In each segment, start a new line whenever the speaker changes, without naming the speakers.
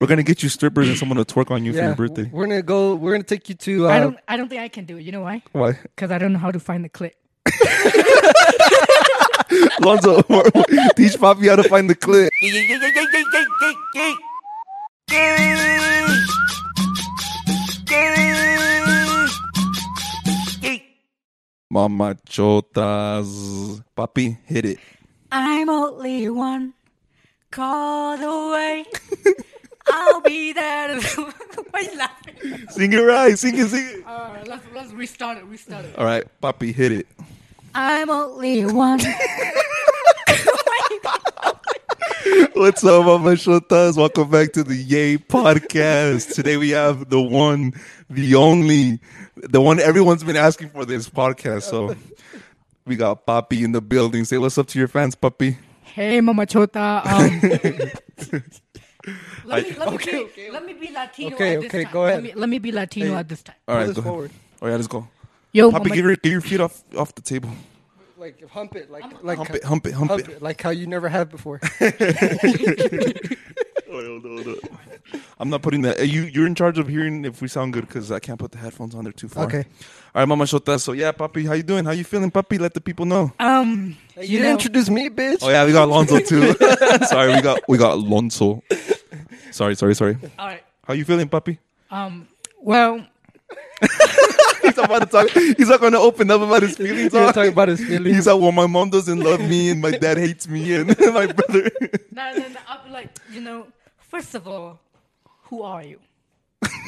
We're gonna get you strippers and someone to twerk on you for your birthday.
We're gonna go. We're gonna take you to. Uh,
I don't. I don't think I can do it. You know why?
Why,
Because I don't know how to find the clip.
Lonzo? teach Poppy how to find the clip. Mama chotas, Papi, hit it.
I'm only one call away. I'll be there. Why you laughing?
Sing it right. Sing it. Sing it.
All right, let's, let's restart it. Restart it.
All right, Papi, hit it.
I'm only one. Oh
What's up, Mama Shotas? Welcome back to the Yay Podcast. Today we have the one, the only, the one everyone's been asking for this podcast. So we got Papi in the building. Say what's up to your fans, Papi.
hey, Mama Chota. Um, let, me, let, me be, let me be Latino
Okay,
at this
okay,
time.
go
Let
ahead.
me, let me be Latino
Hey.
at this time.
All right,
Pull this
go ahead.
forward.
All right, let's go.
Yo,
Papi,
Mama,
get your, get your feet off, off the table.
like hump it, like like
Hump it, hump it, hump,
hump
it.
it, like how you never have before.
I'm not putting that. uh, You you're in charge of hearing if we sound good because I can't put the headphones on. They're too far.
Okay.
All right, Mama Shota. So yeah, Papi, how you doing? How you feeling, Papi? Let the people know.
um,
Hey,
you
you didn't
know,
introduce me, bitch.
Oh yeah, we got Lonzo too. sorry, we got we got Lonzo. Sorry, sorry, sorry.
all right.
How you feeling, Papi?
Um, well,
He's about to talk. He's not going to open up about his feelings.
He's gonna
huh?
talk about his feelings.
He's like, well, my mom doesn't love me, and my dad hates me, and my brother.
no, no, no, I'll be like, you know, first of all, who are you?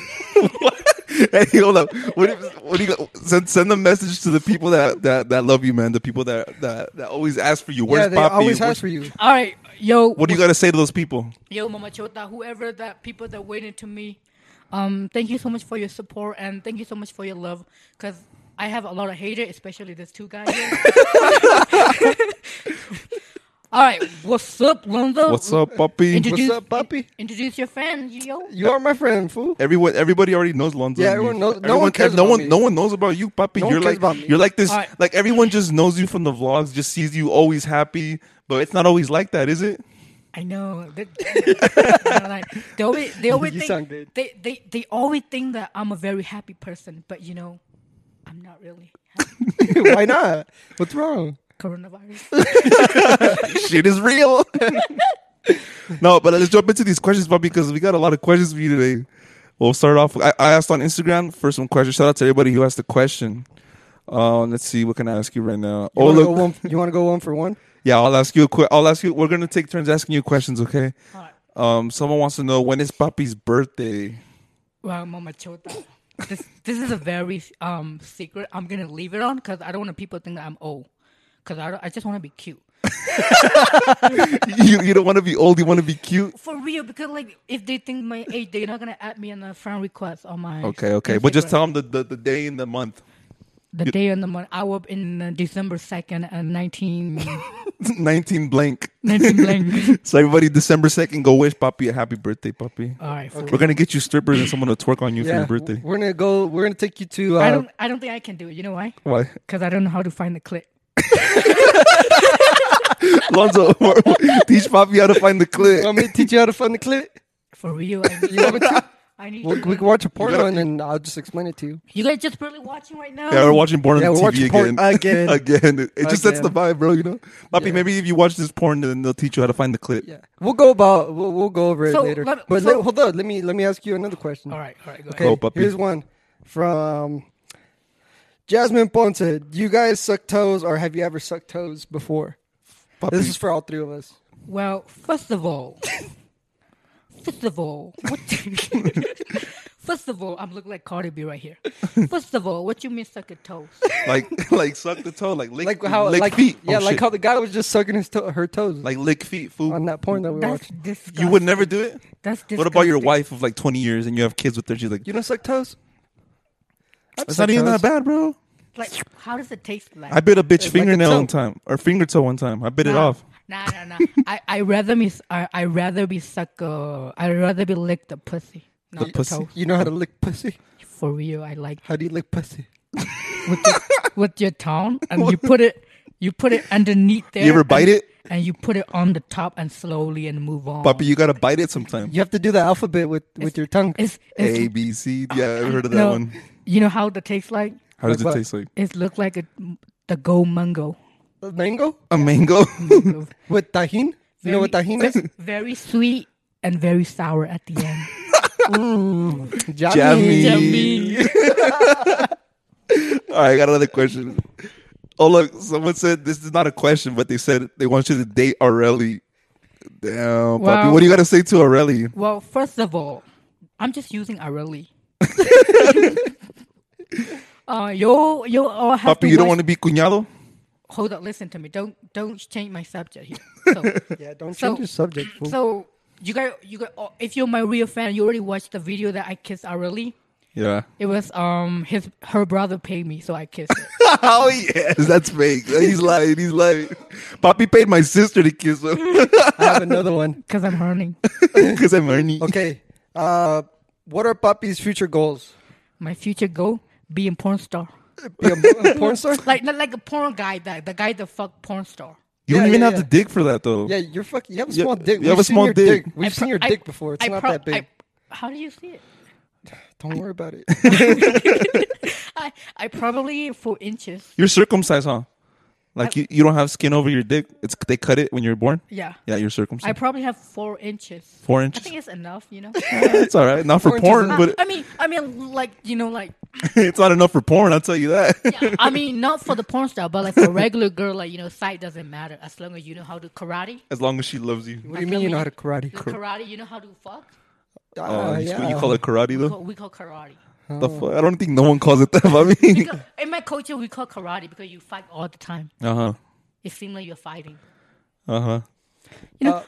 hey, hold up. What, if, what do you got? Send, send a message to the people that, that, that love you, man. The people that, that, that always ask for you. Where's
yeah, they
Papi?
always
Where's-
ask for you.
All right, yo,
What do you got to say to those people?
yo, Mama Chota, whoever that people that waited to me, um, thank you so much for your support and thank you so much for your love, cause I have a lot of haters, especially these two guys. here. All right, what's up,
Oh,
Lonzo?
What's
mm,
up, Papi?
Introduce,
up, Papi?
Introduce your fan, yo.
You are my friend, fool.
Everyone, everybody already knows Lonzo.
Yeah,
and you.
everyone knows- no
Everyone
one cares
No
about
one,
me.
no one knows about you, Papi.
No one
you're like,
cares about me.
you're like this.
Alright.
Like everyone just knows you from the vlogs, just sees you always happy, but it's not always like that, is it?
I know. They, I know, like, they always, they always
You
think
sound good.
they, they, they always think that I'm a very happy person, but you know, I'm not really. happy.
Why not? What's wrong?
Coronavirus.
shit is real. no, but let's jump into these questions, Bobby, because we got a lot of questions for you today. We'll start off. I, I asked on Instagram for some questions. Shout out to everybody who asked the question. Uh, let's see what can I ask you right now.
You
oh
wanna
look,
go one, you want to go one for one?
yeah, I'll ask you a quick. I'll ask you. We're gonna take turns asking you questions, okay?
All right.
Um, someone wants to know when is Papi's birthday.
Well, Mama Chota, this this is a very um secret. I'm gonna leave it on because I don't want people to think that I'm old. Because I, don't- I just want to be cute
you you don't want to be old. You want to be cute.
for real. Because like if they think my age, they're not gonna add me on a friend request on my.
Okay, okay, but just
Instagram.
tell them the, the, the day and the month.
the day and the month. I was in uh, December second and nineteen.
19 blank.
19 blank.
So everybody, December 2nd, go wish Papi a happy birthday, Papi.
All right. fool.
We're gonna get you strippers and someone to twerk on you for
Yeah,
your birthday.
we're gonna go. We're gonna take you to. Uh,
I don't. I don't think I can do it. You know why?
Why,
Because I don't know how to find the clip.
Lonzo? teach Papi how to find the
You
clip.
want me to teach you how to fund the clit?
For real, I need.
You want me to?
I need
We,
to
we
know.
can watch a porno and then I'll just explain it to you.
you guys just barely watching right now.
Yeah, we're watching porn
Yeah,
on
we're
the TV
watching porn
again.
again.
again. It, it just sets the
Again.
vibe, bro. You know, Papi. Maybe if you watch this porn, then they'll teach you how to find the clip.
Yeah, we'll go about. We'll, we'll go over it
So,
later.
let-
but
so-
let- hold on. Let me let me ask you another question.
All right. All right. Go
Okay,
ahead.
Go, puppy.
here's one from Jasmine Ponce. Do you guys suck toes, or have you ever sucked toes before?
Papi,
This is for all three of us.
Well, first of all, first of all, what? first of all, I'm looking like Cardi B right here. First of all, what you mean suck a toes?
like like suck the toe, like lick,
Like how,
lick
like
feet.
yeah,
Oh,
like
shit.
how the guy was just sucking his toe, her toes,
like lick feet, fool.
on that porn that we
That's
watched.
disgusting.
You would never do it.
That's disgusting.
What about your wife of like 20 years and you have kids with her? She's like,
You don't suck toes. I've
it's
sucked
not even
toes.
that bad, bro.
Like, how does it taste like?
I bit a bitch
Like a
fingernail
toe.
one time or finger toe one time. I bit it
Nah.
off.
Nah, nah, nah. I I rather me I I rather be suck uh I rather be lick the pussy. Not the
pussy.
Toe.
You know how to lick pussy?
For real, I like
How do you lick pussy?
with your, with your tongue and you put it you put it underneath there.
You ever bite
and-
it?
and you put it on the top and slowly and move on.
Papi, you gotta bite it sometime.
You have to do the alphabet with, with your tongue.
It's, it's
A B C. Yeah, I heard of that
no,
one.
You know how the taste like?
How does it
what?
taste like?
It looked like a the go mango.
Mango
A mango.
Mango.
with tajin. You know what
Very-
tajin is?
very sweet and very sour at the end.
Jammy.
Jammy.
Jammy.
All right, I got another question. Oh look, someone said this is not a question, but they said they want you to date Aureli. Damn,
Wow.
Papi, what do you gotta say to Aureli?
Well, first of all, I'm just using Areli. uh, yo, yo, all have
Papi,
to
you don't
watch-
want to be cuñado.
Hold up, listen to me. Don't don't change my subject here. So,
Yeah, don't
So-
change your subject. Fool.
so you got you got. oh, If you're my real fan, you already watched the video that I kissed Areli.
Yeah.
It was um his her brother paid me, so I kissed it.
oh yes, that's fake. He's lying. He's lying. Papi paid my sister to kiss him
I have another one.
Because I'm earning.
because I'm Ernie.
Okay. Uh, what are Poppy's future goals?
My future goal, be a porn star.
Be a, a porn star?
Like not like a porn guy, that the guy that fuck porn star.
You
Yeah,
don't even
yeah,
have
yeah.
the dick for that though.
Yeah, you're fucking. You have a
Yeah,
small dick.
you have
We've
a
seen
small
your
dick.
We've
I
seen
pro-
your
I-
dick before. It's
I
not
pro-
that big.
I- how do you see it?
Don't worry about it.
I, I probably four inches.
You're circumcised, huh? Like you, you don't have skin over your dick. It's they cut it when you're born.
Yeah.
Yeah, you're
I
circumcised.
probably have four inches.
Four
I
inches.
think it's enough, you know.
It's all right. Not for
Four inches
porn,
is-
but
I mean, I mean, like you know, like
it's not enough for porn. I'll tell you that.
yeah, I mean, not for the porn star, but like for regular girl, like you know, size doesn't matter as long as you know how to karate.
As long as she loves you.
What do you mean you know how to karate?
Like, karate, you know how to fuck.
Oh,
Ah,
you,
yeah. Oh.
you call it karate
We
though?
call, we call karate.
The fuck? I don't think no one calls it that. I mean,
Because in my culture, we call karate because you fight all the time.
uh huh,
It seems like you're fighting
uh huh.
Uh,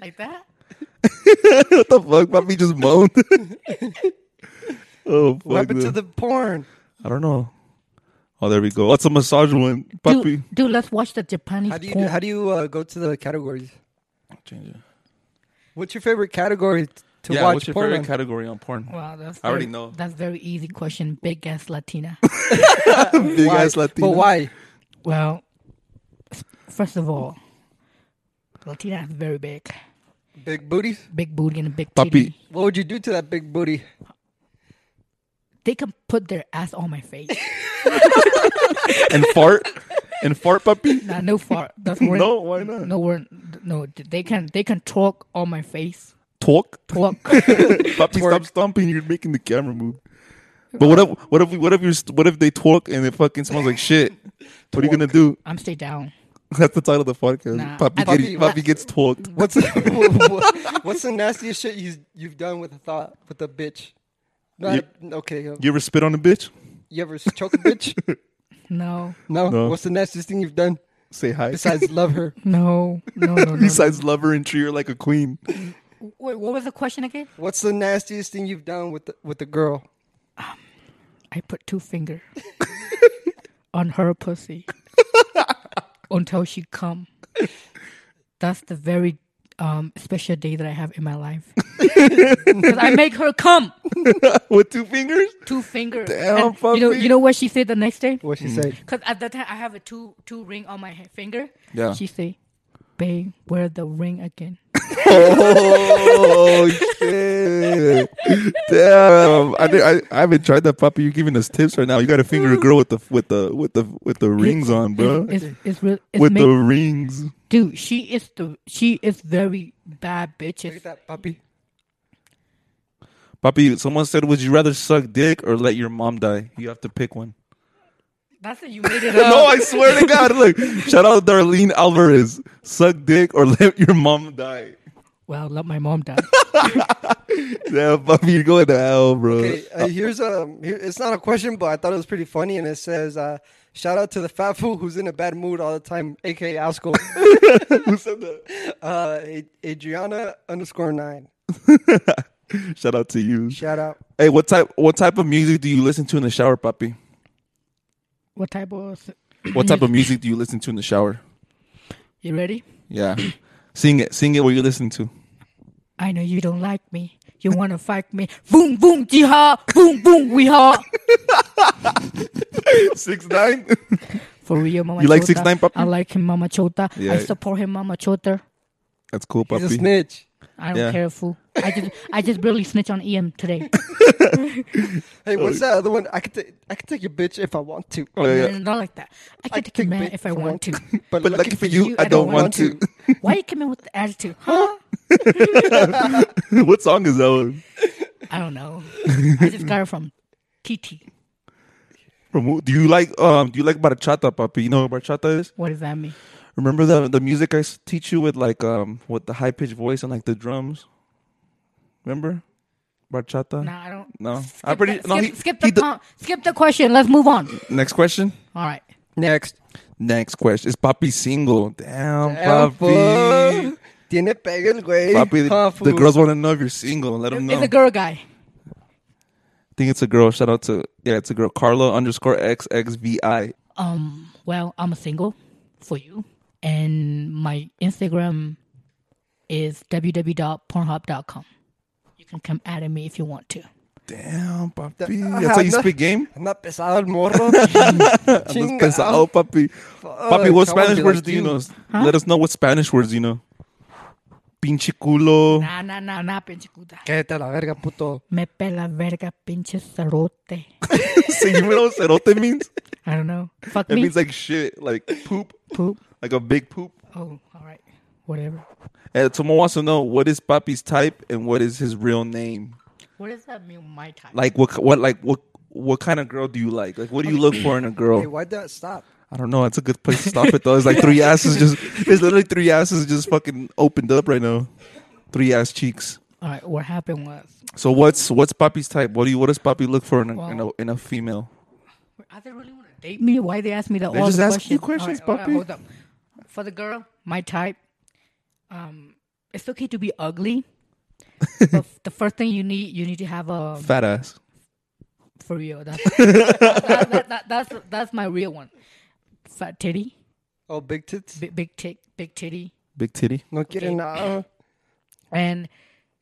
like that.
What the fuck? Papi just moaned. oh fuck!
What happened to
dude.
the porn?
I don't know. Oh, there we go. What's a massage one, Papi?
Dude, dude, let's watch the Japanese
How do you
porn.
how do you uh, go to the categories?
Change it.
What's your favorite category t- to
Yeah,
watch
what's your
porn?
favorite
on?
category on porn?
Wow, that's
I already
very-
know.
That's very easy question. Big ass Latina.
Big
Why?
ass Latino.
But why?
well, s- first of all, Latina is very big,
Big booties.
big booty and a big
Papi?
titty.
What would you do to that big booty?
They can put their ass on my face.
and fart and fart puppy
nah, no fart. That's word.
No, why not?
No word. No, they can. They can talk on my face.
talk
Talk.
puppy stop stomping you're making the camera move but what if what if what if you're st- what if they talk and it fucking smells like shit what are you gonna do
I'm stay down.
that's the title of the podcast
Nah.
puppy,
I-
get,
Puppy-
puppy gets talked
What's the, what's the nastiest shit you you've done with a thought with a bitch? Not, okay. uh,
you ever spit on a bitch
You ever choke a bitch?
No,
No?
No.
What's the nastiest thing you've done
say hi
besides love her?
no, no, no. no.
besides love her and treat her like a queen
Wait, what was the question again?
What's the nastiest thing you've done with the, with the girl?
I put two finger on her pussy until she come. That's the very um, special day that I have in my life. 'Cause I make her come
with two fingers
two fingers.
Damn,
And you know,
puppy.
you know what she said the next day?
What
Hmm.
she said?
Because at that time I have a two two ring on my ha- finger.
Yeah.
She say, "Babe, wear the ring again."
oh shit damn I, did- I, I haven't tried that puppy you're giving us tips right now you gotta finger a girl with the with the with the with the rings on bro
It's it's real. It's
with
make,
the rings
dude, she is the she is very bad
Look at
bitches.
that
Uh,
puppy.
Papi, someone said, "Would you rather suck dick or let your mom die?" You have to pick one.
That's it. You made it up.
No, I swear to God! Look, shout out Darlene Alvarez. Suck dick or let your mom die.
well, let my mom die.
Yeah, Papi, you're going to hell, bro.
Okay, uh, here's um, here, it's not a question, but I thought it was pretty funny, and it says, uh, "Shout out to the fat fool who's in a bad mood all the time, aka Asco."
Who said that?
uh, A- Adriana underscore nine.
Shout out to you.
Shout out.
Hey, what type what type of music do you listen to in the shower, Papi?
what type of?
What type of music do you listen to in the shower?
You ready?
Yeah, sing it, sing it. What you listen to?
I know you don't like me. You wanna fight me? Boom, boom, jiha. Boom, boom, we ha.
Six nine.
For real, Mama
You like
Chota.
6ix9ine, papi?
I like him, Mama Chota. I
Yeah.
support him, Mama Chota.
That's cool,
He's a
puppy.
snitch.
I don't
Yeah.
care, fool. I just, I just barely snitch on EM today.
Hey, what's that other one? I could, ta- I could take your bitch if I want to.
Oh, yeah.
Not like that. I can
I
take a man
bitch
if I want to.
But,
But
lucky
lucky for you, I don't, want, to.
Why you come in with the attitude? Huh?
what song is that one?
I don't know. I just got it from TT.
From who- do you like um do you like bachata, papi? You know what bachata is?
What does that mean?
Remember the the music I s- teach you with like um with the high pitched voice and like the drums? Remember? Bachata?
No, I don't.
No.
Skip
I pretty
the,
no,
skip,
he-
skip
he
the
do-
com- skip the question. Let's move on.
Next question?
All right.
Next.
Next question. Is Papi single? Damn, Papi.
Elfo. Tiene pega el güey.
Papi,
Huh,
the
fool.
girls want to know if you're single. Let them know.
It's a girl guy.
I think it's a girl. Shout out to yeah, it's a girl. Carla underscore XXVI.
Um. Well, I'm single for you, and my Instagram is www.pornhub.com. You can come at me if you want to.
Damn,
Th-
papi. That's how you
no.
speak game.
Anda pesado el morro.
Andas
Chinga.
Pesado, papi. oh, Papi, what
I wanna
Spanish
Oh, be
words
like
do you
you.
know? Let us know what Spanish words you know. Pinche culo.
Nah, nah, nah, nah, pinche puta.
Cállate a la verga, puto.
Oh.
Me pela verga, pinche cerote.
so you know what cerote means?
I don't know. Fuck
It
me.
means like shit, like poop,
Poop.
like a big poop.
Oh, all right. Whatever.
And someone wants to know what is Papi's type and what is his real name.
What does that mean? My type.
Like what? What? Like what? What kind of girl do you like? Like what do you look for in a girl?
Hey, why'd that stop?
I don't know. It's a good place to stop it though. It's like three asses just. There's literally three asses just fucking opened up right now. Three ass cheeks.
all right. What happened was
So what's what's Poppy's type? What do you what does Poppy look for in a in, a,
Well-
in a female?
Are they really want to date me? Why they ask me that?
They
all
just
the
ask you questions,
questions? All right, all right,
puppy.
hold up. For the girl, my type. Um, it's okay to be ugly, but f- the first thing you need, you need to have a
Fat ass.
for real. That's that, that, that, that's that's my real one. Fat titty,
Oh, big tits.
big big tit, big titty,
Big titty.
No quiere nada.
Uh-huh.
and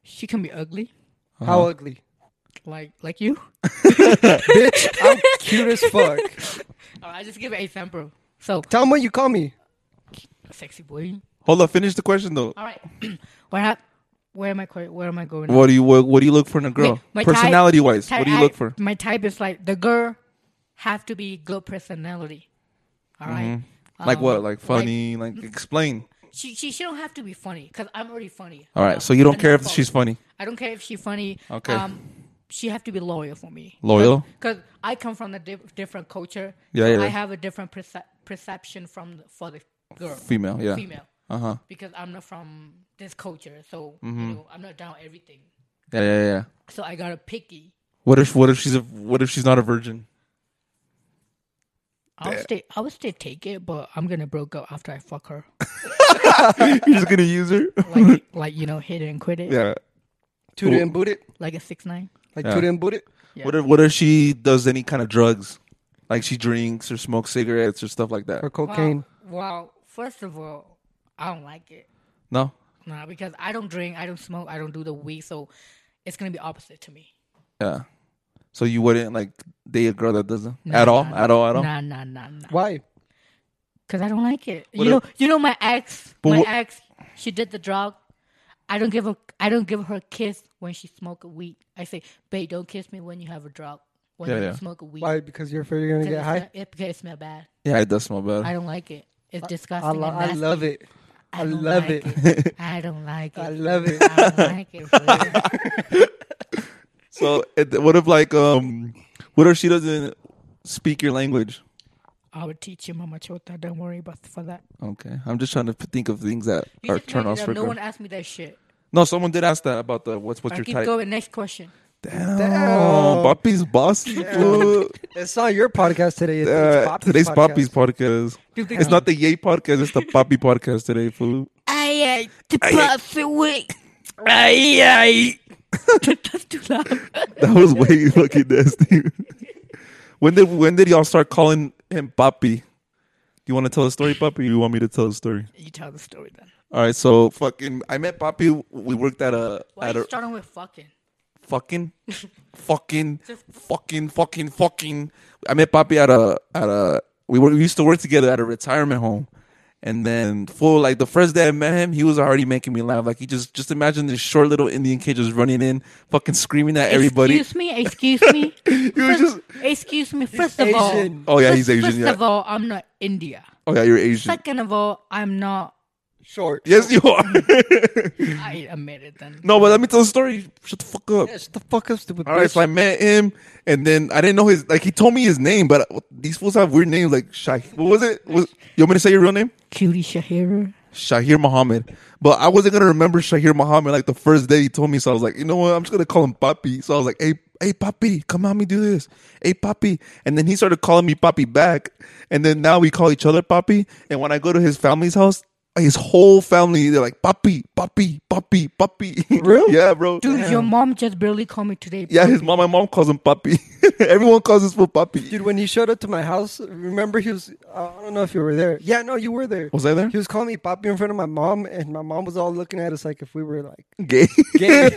she can be ugly,
How ugly?
like like you.
Bitch, I'm cute as fuck.
All right, I just give an example. So
Tell him what you call me.
sexy boy.
Hold up, finish the question though.
All right, where hap- where am I qu- where am I going? now?
What do you what, what do you look for in a girl?
My- my type-
Personality wise,
type-
what do you
I-
look for?
My type is like the girl have to be good personality. All right?
Like
Um,
what? Like funny? Like, explain.
she, she she don't have to be funny because I'm already funny.
All
Um,
right. So you don't
and
care
that's
if
all.
she's funny.
I don't care if she's funny.
Okay.
Um, she have to be loyal for me.
Loyal?
Because I come from a dif- different culture.
Yeah,
so
yeah,
I
yeah.
have a different perce- perception from the, for the girl.
Female. Yeah.
Female.
Uh huh.
Because I'm not from this culture, so
Mm-hmm.
you know, I'm not down everything.
Yeah, yeah, yeah.
So I got a picky.
What if what if she's a what if she's not a virgin?
I'll stay. I would still take it, but I'm gonna broke up after I fuck her.
You're just gonna use her.
Like, like you know, hit it and quit it.
yeah.
Toot it and boot it.
Like a six nine.
Like,
Yeah.
toot it and boot it.
Yeah.
What if what if she does any kind of drugs? Like she drinks or smokes cigarettes or stuff like that.
Or cocaine.
Well, well, first of all, I don't like it.
No.
Nah, because I don't drink, I don't smoke, I don't do the weed, so it's gonna be opposite to me.
Yeah. So you wouldn't like date a girl that doesn't at all, at all, at all.
Nah, nah, nah, nah.
Why?
Because I don't like it.
What
you know,
if-
you know my ex.
But
my
what-
ex, she did the drug. I don't give a. I don't give her a kiss when she smoke a weed. I say, babe, don't kiss me when you have a drug. When
Yeah,
you
yeah.
smoke a weed.
Why? Because you're afraid you're gonna
Because
get
it
high?
smell- it, because it smell bad.
Yeah, it does smell bad.
I don't like it. It's disgusting.
I, lo-
and
I
nasty.
love it. I
don't
love
like
it.
I don't like it.
I love it.
I don't like it. for real.
So it, what if like um, what if she doesn't speak your language?
I would teach you, Mama Chota. Don't worry about for that.
Okay, I'm just trying to p- think of things that
You
are
just made
turn
it
offs
up.
for
No
girl.
one asked me that shit.
No, someone did ask that about the what's what's
I
your
keep
type.
going. Next question.
Damn,
Damn.
Poppy's bossy. fool.
It's not your podcast today. It's, it's
Uh,
Poppy's
today's
podcast.
Poppy's podcast.
Do they-
It's not the Yay podcast. It's the Poppy podcast today, fool.
I the puppy wig. I That's too loud.
That was way fucking nasty. when did when did y'all start calling him Poppy? You want to tell a story, Poppy? Or you want me to tell a story?
You tell the story then.
All right, so fucking, I met Poppy. We worked at a
Why
at
are you
a
starting with fucking?
fucking, fucking, fucking, fucking, fucking. I met Poppy at a at a we, were, we used to work together at a retirement home. And then, full like the first day I met him, he was already making me laugh. Like he just, just imagine this short little Indian kid just running in, fucking screaming at everybody.
Excuse me, excuse me.
He was
First-
just,
excuse me. First of all,
Asian.
oh yeah, he's
first,
Asian.
first
Yeah.
of all, I'm not India.
Oh yeah, you're Asian.
Second of all, I'm not.
Short.
Yes, you are.
I admit it then.
No, but let me tell the story. Shut the fuck up.
Yeah, shut the fuck up, stupid.
All right, so
bitch.
I met him, and then I didn't know his like he told me his name, but these fools have weird names like Shah. What was it? Was, you want me to say your real name?
Kili Shahira.
Shahir Muhammad. But I wasn't gonna remember Shahir Muhammad like the first day he told me, so I was like, you know what? I'm just gonna call him Papi. So I was like, hey, hey, Papi, come help me do this. Hey, Papi. And then he started calling me Papi back, and then now we call each other Papi. And when I go to his family's house. His whole family, they're like, Papi, Papi, Papi, Papi.
Real?
yeah, bro.
Dude, your mom just barely called me today.
Yeah, his mom. My mom calls him Papi. Everyone calls this fool Papi.
Dude, when he showed up to my house, remember he was, I don't know if you were there. Yeah, no, you were there.
Was I there?
He was calling me Papi in front of my mom, and my mom was all looking at us like if we were like
Gay.
gay.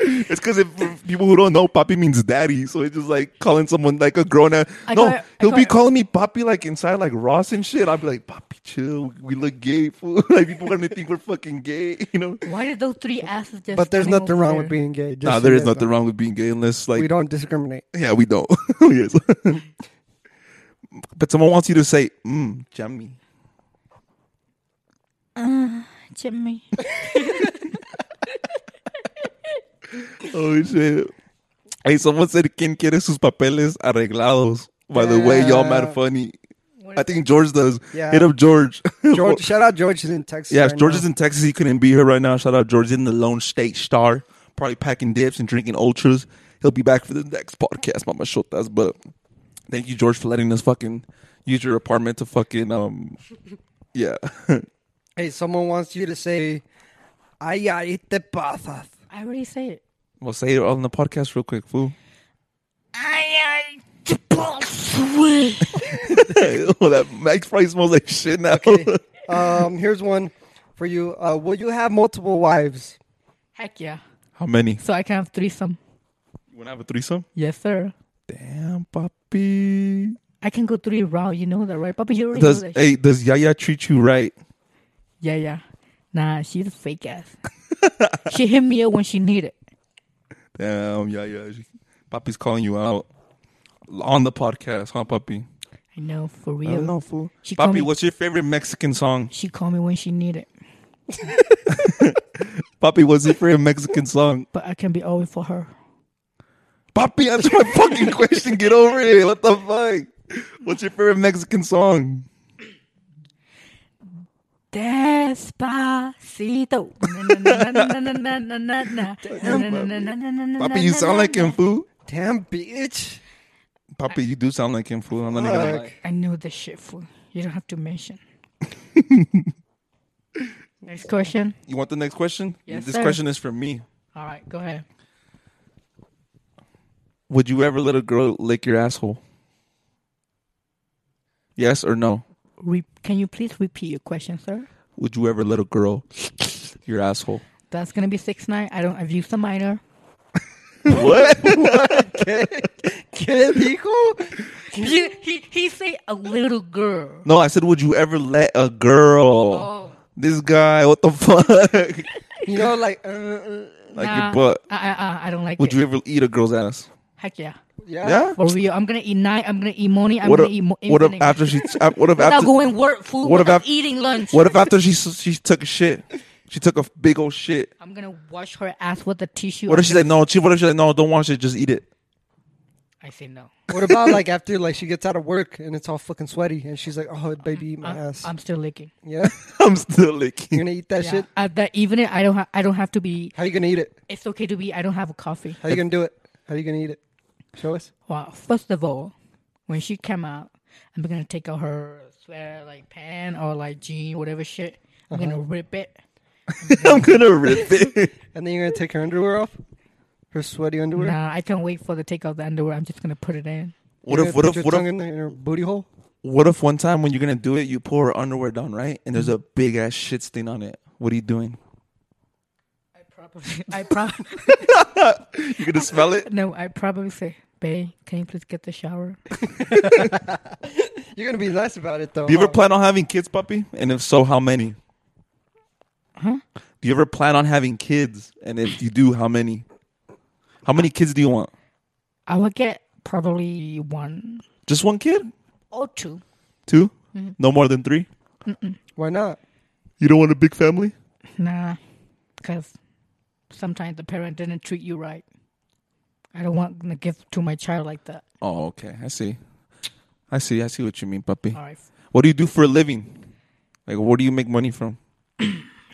it's because if for people who don't know, Papi means daddy. So it's just like calling someone like a grown up.
I
No,
got it, I
he'll
got
be
it.
calling me Papi like inside like Ross and shit. I'll be like, Papi, chill. We look gay. Fool. like people are gonna think we're fucking gay. You know.
Why did those three asses just?
but there's
standing
nothing
over
wrong
there?
with being gay. just
Nah,
so
there
you
is
guys
nothing
know.
wrong with being gay unless like
We don't discriminate.
yeah, we don't. yes. but someone wants you to say, mm, Jammy.
Jimmy.
Oh shit. Hey, someone said quien quiere sus papeles arreglados. By the way, y'all
Yeah.
mad funny.
What
I think George does.
Yeah.
Hit up George.
George, shout out George. He's in Texas.
yeah,
right
George
now.
is in Texas. He couldn't be here right now. Shout out George He's in the Lone State Star. Probably packing dips and drinking ultras. He'll be back for the next podcast, Mama Shotas. But thank you, George, for letting us fucking use your apartment to fucking um Yeah.
Hey, someone wants you to say, ay, ay, te pasas.
I already said it.
we'll say it on the podcast real quick, fool.
I am
oh, that Max probably smells like shit now.
Um, here's one for you. Uh, will you have multiple wives?
Heck yeah.
How many?
So I can have threesome.
You wanna have a threesome?
Yes, sir.
Damn, papi.
I can go three round. You know that, right, Papa? You already
Does
know that.
hey does Yaya treat you right?
Yeah, yeah. Nah, she's a fake ass. she hit me up when she needed.
Damn, Yaya. She- Papi's calling you out on the podcast, huh, Papi?
I know, for
I
real.
don't know, fool.
She called
Papi,
me-
what's your favorite Mexican song?
She called me when she needed.
Papi, what's your favorite Mexican song?
But I can be always for her.
Papi, answer my fucking question. Get over it. What the fuck? What's your favorite Mexican song?
Despacito.
Papi,
Papi,
you sound like him, fool.
Damn, bitch.
Papi, you do sound like him, fool. I'm not even gonna
Fuck.
lie.
I know this shit, fool. You don't have to mention. Next question.
You want the next question?
Yes,
this
sir.
question is for me.
All right, go ahead.
Would you ever let a girl lick your asshole? Yes or no?
Re- can you please repeat your question, sir?
Would you ever let a girl your asshole?
That's gonna be six nine. I don't. I've used the minor.
What?
¿Qué, ¿Qué dijo?
He he he say a little girl.
no, I said, would you ever let a girl?
Oh,
This guy, what the fuck?
You know, like, uh, uh,
like
nah,
your butt.
I, I, I- I don't like
Would
it.
you ever eat a girl's ass?
Heck yeah.
yeah.
Yeah.
For real, I'm gonna eat night. I'm gonna eat money. I'm
What
gonna
if,
eat mo-
what if
infinite.
after she? uh, What if
without
after?
going work food?
what
What
if
about
af-
eating lunch?
What if after she she took a shit? She took a big old shit.
I'm gonna wash her ass with a tissue.
What
I'm
if she's like, no, she? What if she's like, no, don't want shit, just eat it.
gonna- I say no.
What about like after like she gets out of work and it's all fucking sweaty and she's like, "Oh, baby, eat my
I'm,
ass."
I'm still licking.
yeah,
I'm still
you're
licking.
gonna eat that
Yeah. Uh,
shit.
At that evening, I don't. Ha- I don't have to be.
How you gonna eat it?
It's okay to be. I don't have a coffee.
How you gonna do it? How you gonna eat it? Show us.
Well, first of all, when she come out, I'm gonna take out her sweater, like pant or like jean, whatever shit. I'm gonna rip it.
I'm gonna rip it.
And then you're gonna take her underwear off, her sweaty underwear.
Nah, I can't wait for the take out the underwear. I'm just gonna put it in.
What
You're
if? What
gonna put
if?
your
What
tongue
if?
in, in her booty hole?
What if one time when you're gonna do it, you pull her underwear down, right? And there's a big ass shit stain on it. What are you doing?
I probably. I probably.
You gonna smell it?
no, I probably say, Babe, can you please get the shower?
You're gonna be nice about it though.
Do you ever
huh?
plan on having kids, puppy? And if so, how many?
Huh?
Do you ever plan on having kids? And if you do, how many? How many kids do you want?
I will get probably one
Just one kid?
or two.
2 No more than three?
Why not?
You don't want a big family?
Nah, because sometimes the parent didn't treat you right. I don't want to give to my child like that.
Oh, okay. I see. I see. I see what you mean, puppy.
All right,
What do you do for a living? Like, where do you make money from?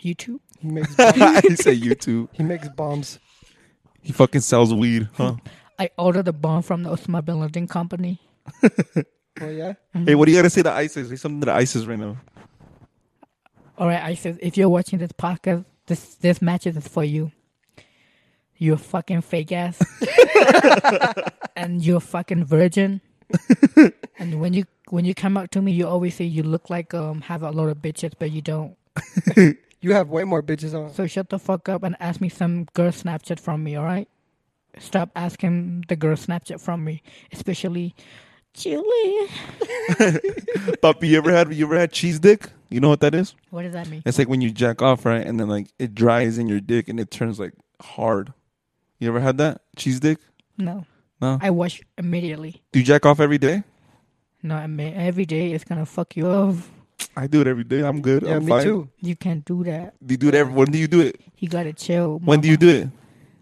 YouTube.
He makes
he said YouTube.
he makes bombs.
He fucking sells weed, huh?
I ordered the bomb from the Osama bin Laden company.
Oh yeah.
Hey, what do you gotta say to ISIS? Say something to ISIS right now.
All right, I said, if you're watching this podcast, this this match is for you. You're fucking fake ass, and you're fucking virgin. and when you when you come up to me, you always say you look like um have a lot of bitches, but you don't.
You have way more bitches on.
So shut the fuck up and ask me some girl Snapchat from me. All right, stop asking the girl Snapchat from me, especially Julie.
Puppy, you ever had you ever had cheese dick? You know what that is?
What does that mean?
It's like when you jack off, right? And then like it dries in your dick and it turns like hard. You ever had that cheese dick?
No,
No.
I wash immediately.
Do you jack off every day?
No, I mean every day it's gonna fuck you up.
I do it every day. I'm good.
Yeah,
I'm
me
fine.
too.
You can't do that.
Do you do it every? When do you do it?
You gotta chill.
When do you do it?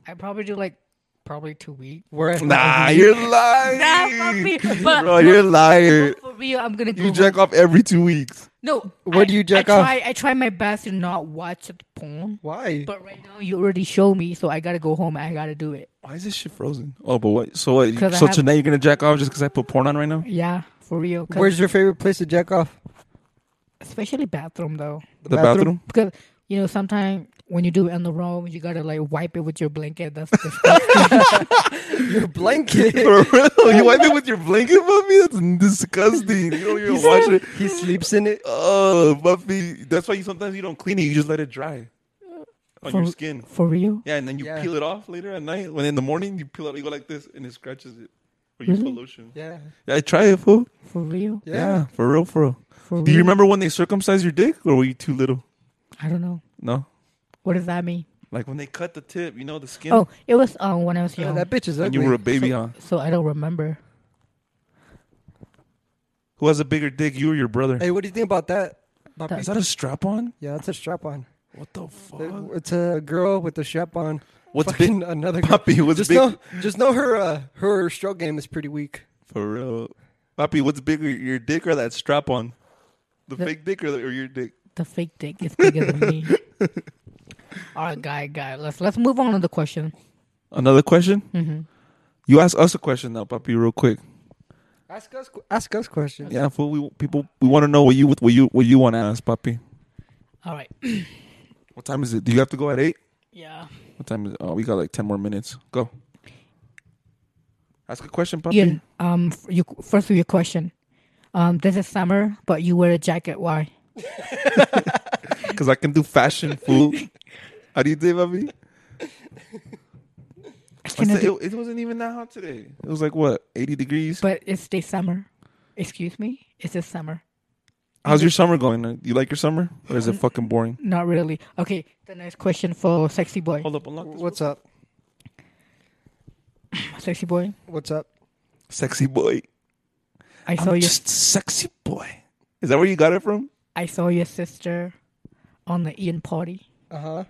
I probably do like probably two weeks.
We're at
Nah, you're lying.
but
Bro, you're liar.
for real, I'm gonna
You
Google.
jack off every two weeks.
no,
Where
I-
do you jack
I
off?
Try, I try my best to not watch the porn,
Why?
but right now you already show me, so I gotta go home. I gotta do it.
Why is this shit frozen? Oh, but what? So what?
'Cause I
So
have-
tonight you're gonna jack off just because I put porn on right now?
Yeah, for real. 'cause-
Where's your favorite place to jack off?
especially bathroom though,
The, bathroom?
because you know sometimes when you do it on the room, you gotta like wipe it with your blanket. That's disgusting.
Your blanket.
For real? You wipe it with your blanket, Buffy? That's disgusting. You don't even wash it.
he sleeps in it.
Oh, Buffy. That's why you sometimes you don't clean it. You just let it dry on your
For-
skin.
for real.
Yeah, and then you
Yeah.
peel it off later at night. When in the morning you peel it, you go like this, and it scratches it. Or you put lotion.
Yeah.
Yeah, I try it, fool.
For real,
Yeah.
Yeah.
for real, for real.
for
Do you
real.
remember when they circumcised your dick, or were you too little?
I don't know.
No,
What does that mean?
like when they cut the tip, you know the skin.
Oh, it was um when I was
Yeah,
young,
that bitch is
when
ugly.
you were a baby, huh?
so I don't remember.
Who has a bigger dick, you or your brother?
hey, what do you think about that?
Is that a strap on?
Yeah, that's a strap on.
What the fuck?
It's a girl with a strap on.
What's
Fucking
big?
another girl.
Puppy, what's
Just
big?
know, just know her uh, her stroke game is pretty weak.
For real, Papi, what's bigger, your dick or that strap on? The,
The-
fake dick or, the, or your dick?
The fake dick is bigger than me. All right, guy, guy, let's let's move on to the question.
Another question. You ask us a question now, Papi, real quick.
Ask us, ask us questions.
Yeah, fool. We people we want to know what you what you what you want to ask, Papi.
All right,
What time is it? Do you have to go at eight?
yeah,
What time is it? Oh, we got like ten more minutes. Go. Ask a question, Papi.
Ian. Um, f- you first with your question. Um, this is summer, but you wear a jacket. Why?
Because I can do fashion, fool. How do you do, Bobby?
I
I
cannot
said,
do-
it, it wasn't even that hot today. It was like what, 80 degrees?
but it's the summer. Excuse me, it's this summer.
How's your summer going? Uh, You like your summer? Or is it fucking boring?
Not really. Okay, the next question for sexy boy.
Hold up, unlock this.
What's up?
Sexy boy,
What's up?
Sexy boy.
I
I'm
saw your
just sexy boy. Is that where you got it from?
I saw your sister on the Ian party.
Uh huh.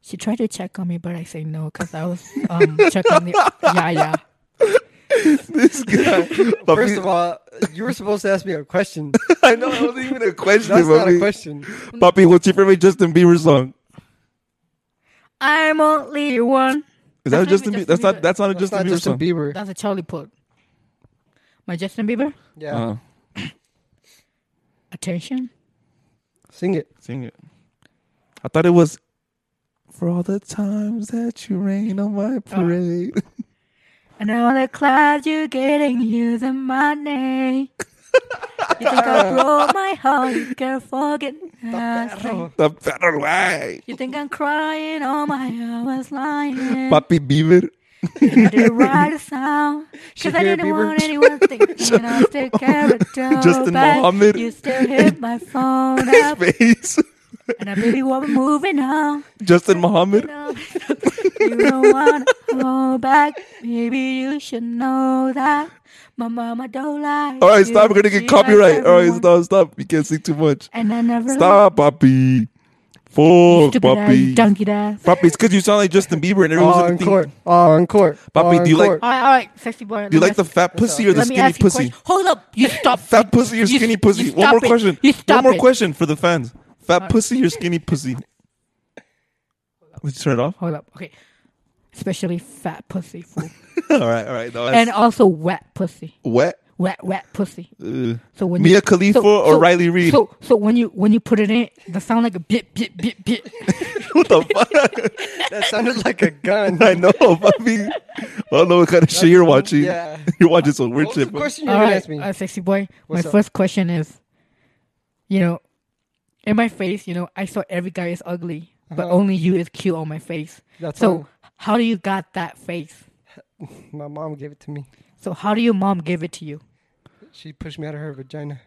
She tried to check on me, but I say no because I was um checking the yeah yeah.
This guy.
First of all, you were supposed to ask me a question.
I know that wasn't even a question,
That's not a
Bobby.
question.
Bobby, what's your favorite Justin Bieber song?
I'm only one.
Is that a
That's not
Justin Bieber?
even Justin
That's
Bieber.
not. That's not a
That's
Justin
not
Bieber
Justin
song.
Bieber.
That's a Charlie put. My Justin Bieber
Yeah,
Uh,
attention.
sing it.
Sing it. I thought it was for all the times that you rain on
Uh-huh.
my parade.
And all the clouds you're getting using my name. you think I broke my heart? You can't forget nothing.
the better way.
You think I'm crying all my hours lying?
Papi Bieber.
I didn't write a song because
Shakira
I didn't
Bieber.
want anyone thinking I still care about
Justin
but
Mohammed.
You still hit my phone
His
up,
face.
and I really want to moving on.
Justin Muhammad.
No, you don't want to go back. Maybe you should know that my mama don't like.
All right,
you.
stop. We're gonna get
She
copyright.
likes
All right, stop,
everyone.
stop. You can't sing too much.
And I never liked
Stop, Poppy. Fuck,
you, stupid ass, you
Poppy.
donkey ass.
Poppy, it's because you sound like Justin Bieber and
Oh,
everyone's looking.
Encore, encore.
Papi, do you like-
encore.
All right, all right, sexy boy.
Do you like the fat pussy or the
let me
skinny
ask you a
pussy?
question. Hold up, you stop.
Fat pussy or
You-
skinny
you
pussy? One
stop
more
it.
question.
You
One
stop
more
it.
question for the fans. Fat pussy or skinny pussy? Would you turn it off?
Hold up, okay. Especially fat pussy, fool.
All right, all right. No, that's
and also wet pussy,
wet.
wet wet pussy.
Uh,
So when
Mia
you,
Khalifa
so-
or
so-
Riley Reid?
So so when you when you put it in, the sound like a bit bit bit bit.
what the fuck?
That sounded like a gun.
I know, Poppy. I don't know what kind of shit you're watching.
yeah.
You're watching some weird
What was
shit.
the
bro.
question you
All
were gonna
right,
ask me?
uh, sexy boy.
What's
my
up?
first question is, you know, in my face, you know, I saw every guy is ugly, but only you is cute on my face.
Uh-huh. That's
so
all.
how do you got that face?
My mom gave it to me.
So how do your mom give it to you?
She pushed me out of her vagina.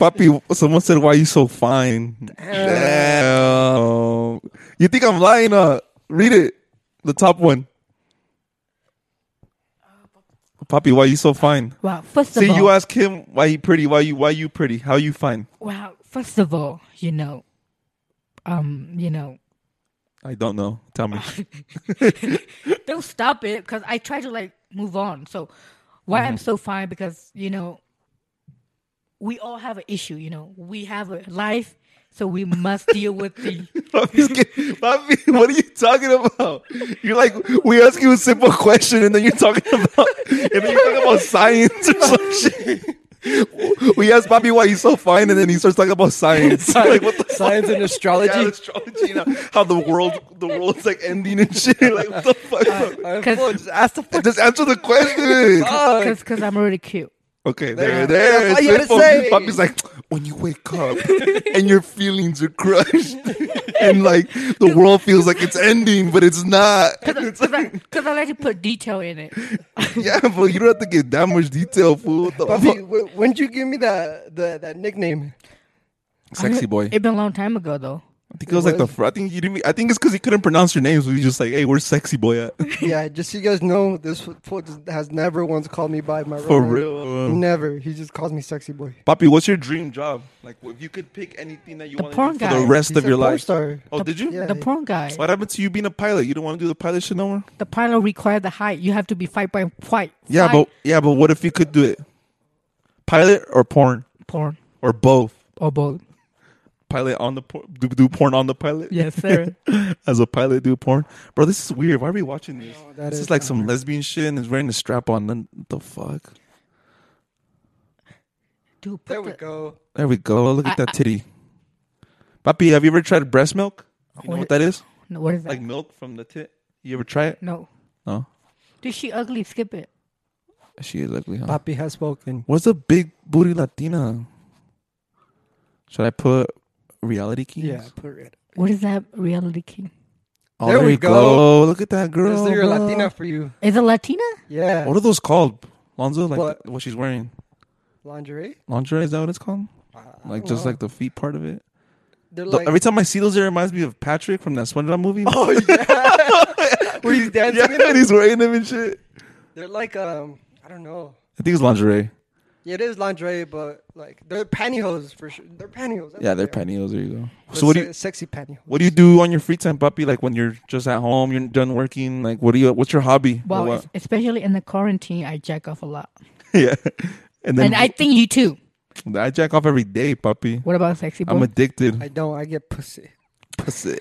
Papi, someone said, "Why you so fine?" Damn. You think I'm lying? Uh, read it, the top one. Papi, why you so fine?
Wow. First of
See,
all,
you ask him why he pretty. Why you? Why you pretty? How you fine?
wow. First of all, you know, um, you know,
I don't know. Tell me.
don't stop it because I try to like move on. So why
Mm-hmm.
I'm so fine because you know we all have an issue. You know we have a life, so we must deal with the.
Papi's getting- Papi, what are you talking about? You're like we ask you a simple question, and then you're talking about, and then you're talking about science or some shit. We asked Papi why he's so fine, and then he starts talking about science. like what the
Science and
Yeah,
astrology.
astrology, you know, how the world the world's like ending and shit. Like what the fuck?
Uh,
Cause-
fuck, just ask the fuck.
Just answer the
Oh,
question.
fuck.
Cause, cause I'm already cute.
Okay, there,
That's
there.
all
It's
you gotta
simple.
say.
Papi's like, when you wake up and your feelings are crushed, and like the world feels like it's ending, but it's not. It's
Cause I,
like,
cause I like to put detail in it.
yeah, but you don't have to get that much detail, fool. What the
Papi,
fuck?
wh- when'd you give me that the that nickname?
Sexy boy.
It been a long time ago though.
I think it was like the. fr- I think you didn't. I think it's because he couldn't pronounce your name, so he's just like, "Hey, where's sexy boy at?"
Yeah, just so you guys know, this fool has never once called me by my real
For
name.
real.
Never. He just calls me sexy boy.
Papi, what's your dream job? Like, if you could pick anything that you
The
want
porn
to do for
guy.
the rest
He's
of
a
your
porn
life.
Star.
Oh, did you?
Yeah.
The porn guy,
What happened to you being a pilot? You don't want to do the pilot shit no more?
the pilot required the height. You have to be five by white.
Yeah,
five
but yeah, but what if you could do it? Pilot or porn
porn
or both?
or both.
Pilot on the por- do, do porn on the pilot.
Yes, sir.
As a pilot, do porn, bro. This is weird. Why are we watching this?
that
this is,
is
like some lesbian shit, and it's wearing a strap on. Then- The fuck.
Dude, put
There we
the-
go.
There we go. Look at that titty. Papi, have you ever tried breast milk? You know what that is?
No, what is that?
Like milk from the tit. You ever try it?
no,
No.
dude, she ugly. Skip it.
She is ugly, huh?
Papi has spoken.
What's a big booty Latina? Should I put reality kings?
Yeah, put it.
What is that? Reality King.
Oh,
There we
you
go.
Look at that
This
girl.
is your
bro.
Latina for you.
Is it Latina?
Yeah.
What are those called, Lonzo? Like
What?
what, what she's wearing?
Lingerie?
Lingerie is that what it's called? Like just like the feet part of it.
They're
The-
like,
Every time I see those, it reminds me of Patrick from that SpongeBob movie. Oh
were you dancing?
yeah,
in it?
and he's wearing them and shit.
They're like, um, I don't know.
I think it's lingerie.
Yeah, it is lingerie, but like they're pantyhose for sure. They're pantyhose. that's
Yeah,
what
they're
they are.
pantyhose. There you go.
But
So what do
se-
you
Sexy pantyhose.
what do you do on your free time, puppy? Like when you're just at home, you're done working. Like what do you? What's your hobby? Or
Well,
what?
es- especially in the quarantine, I jack off a lot,
yeah. And then
and I think you too.
I, jack off every day, puppy.
What about sexy boy?
I'm addicted.
I don't. I get pussy.
Pussy.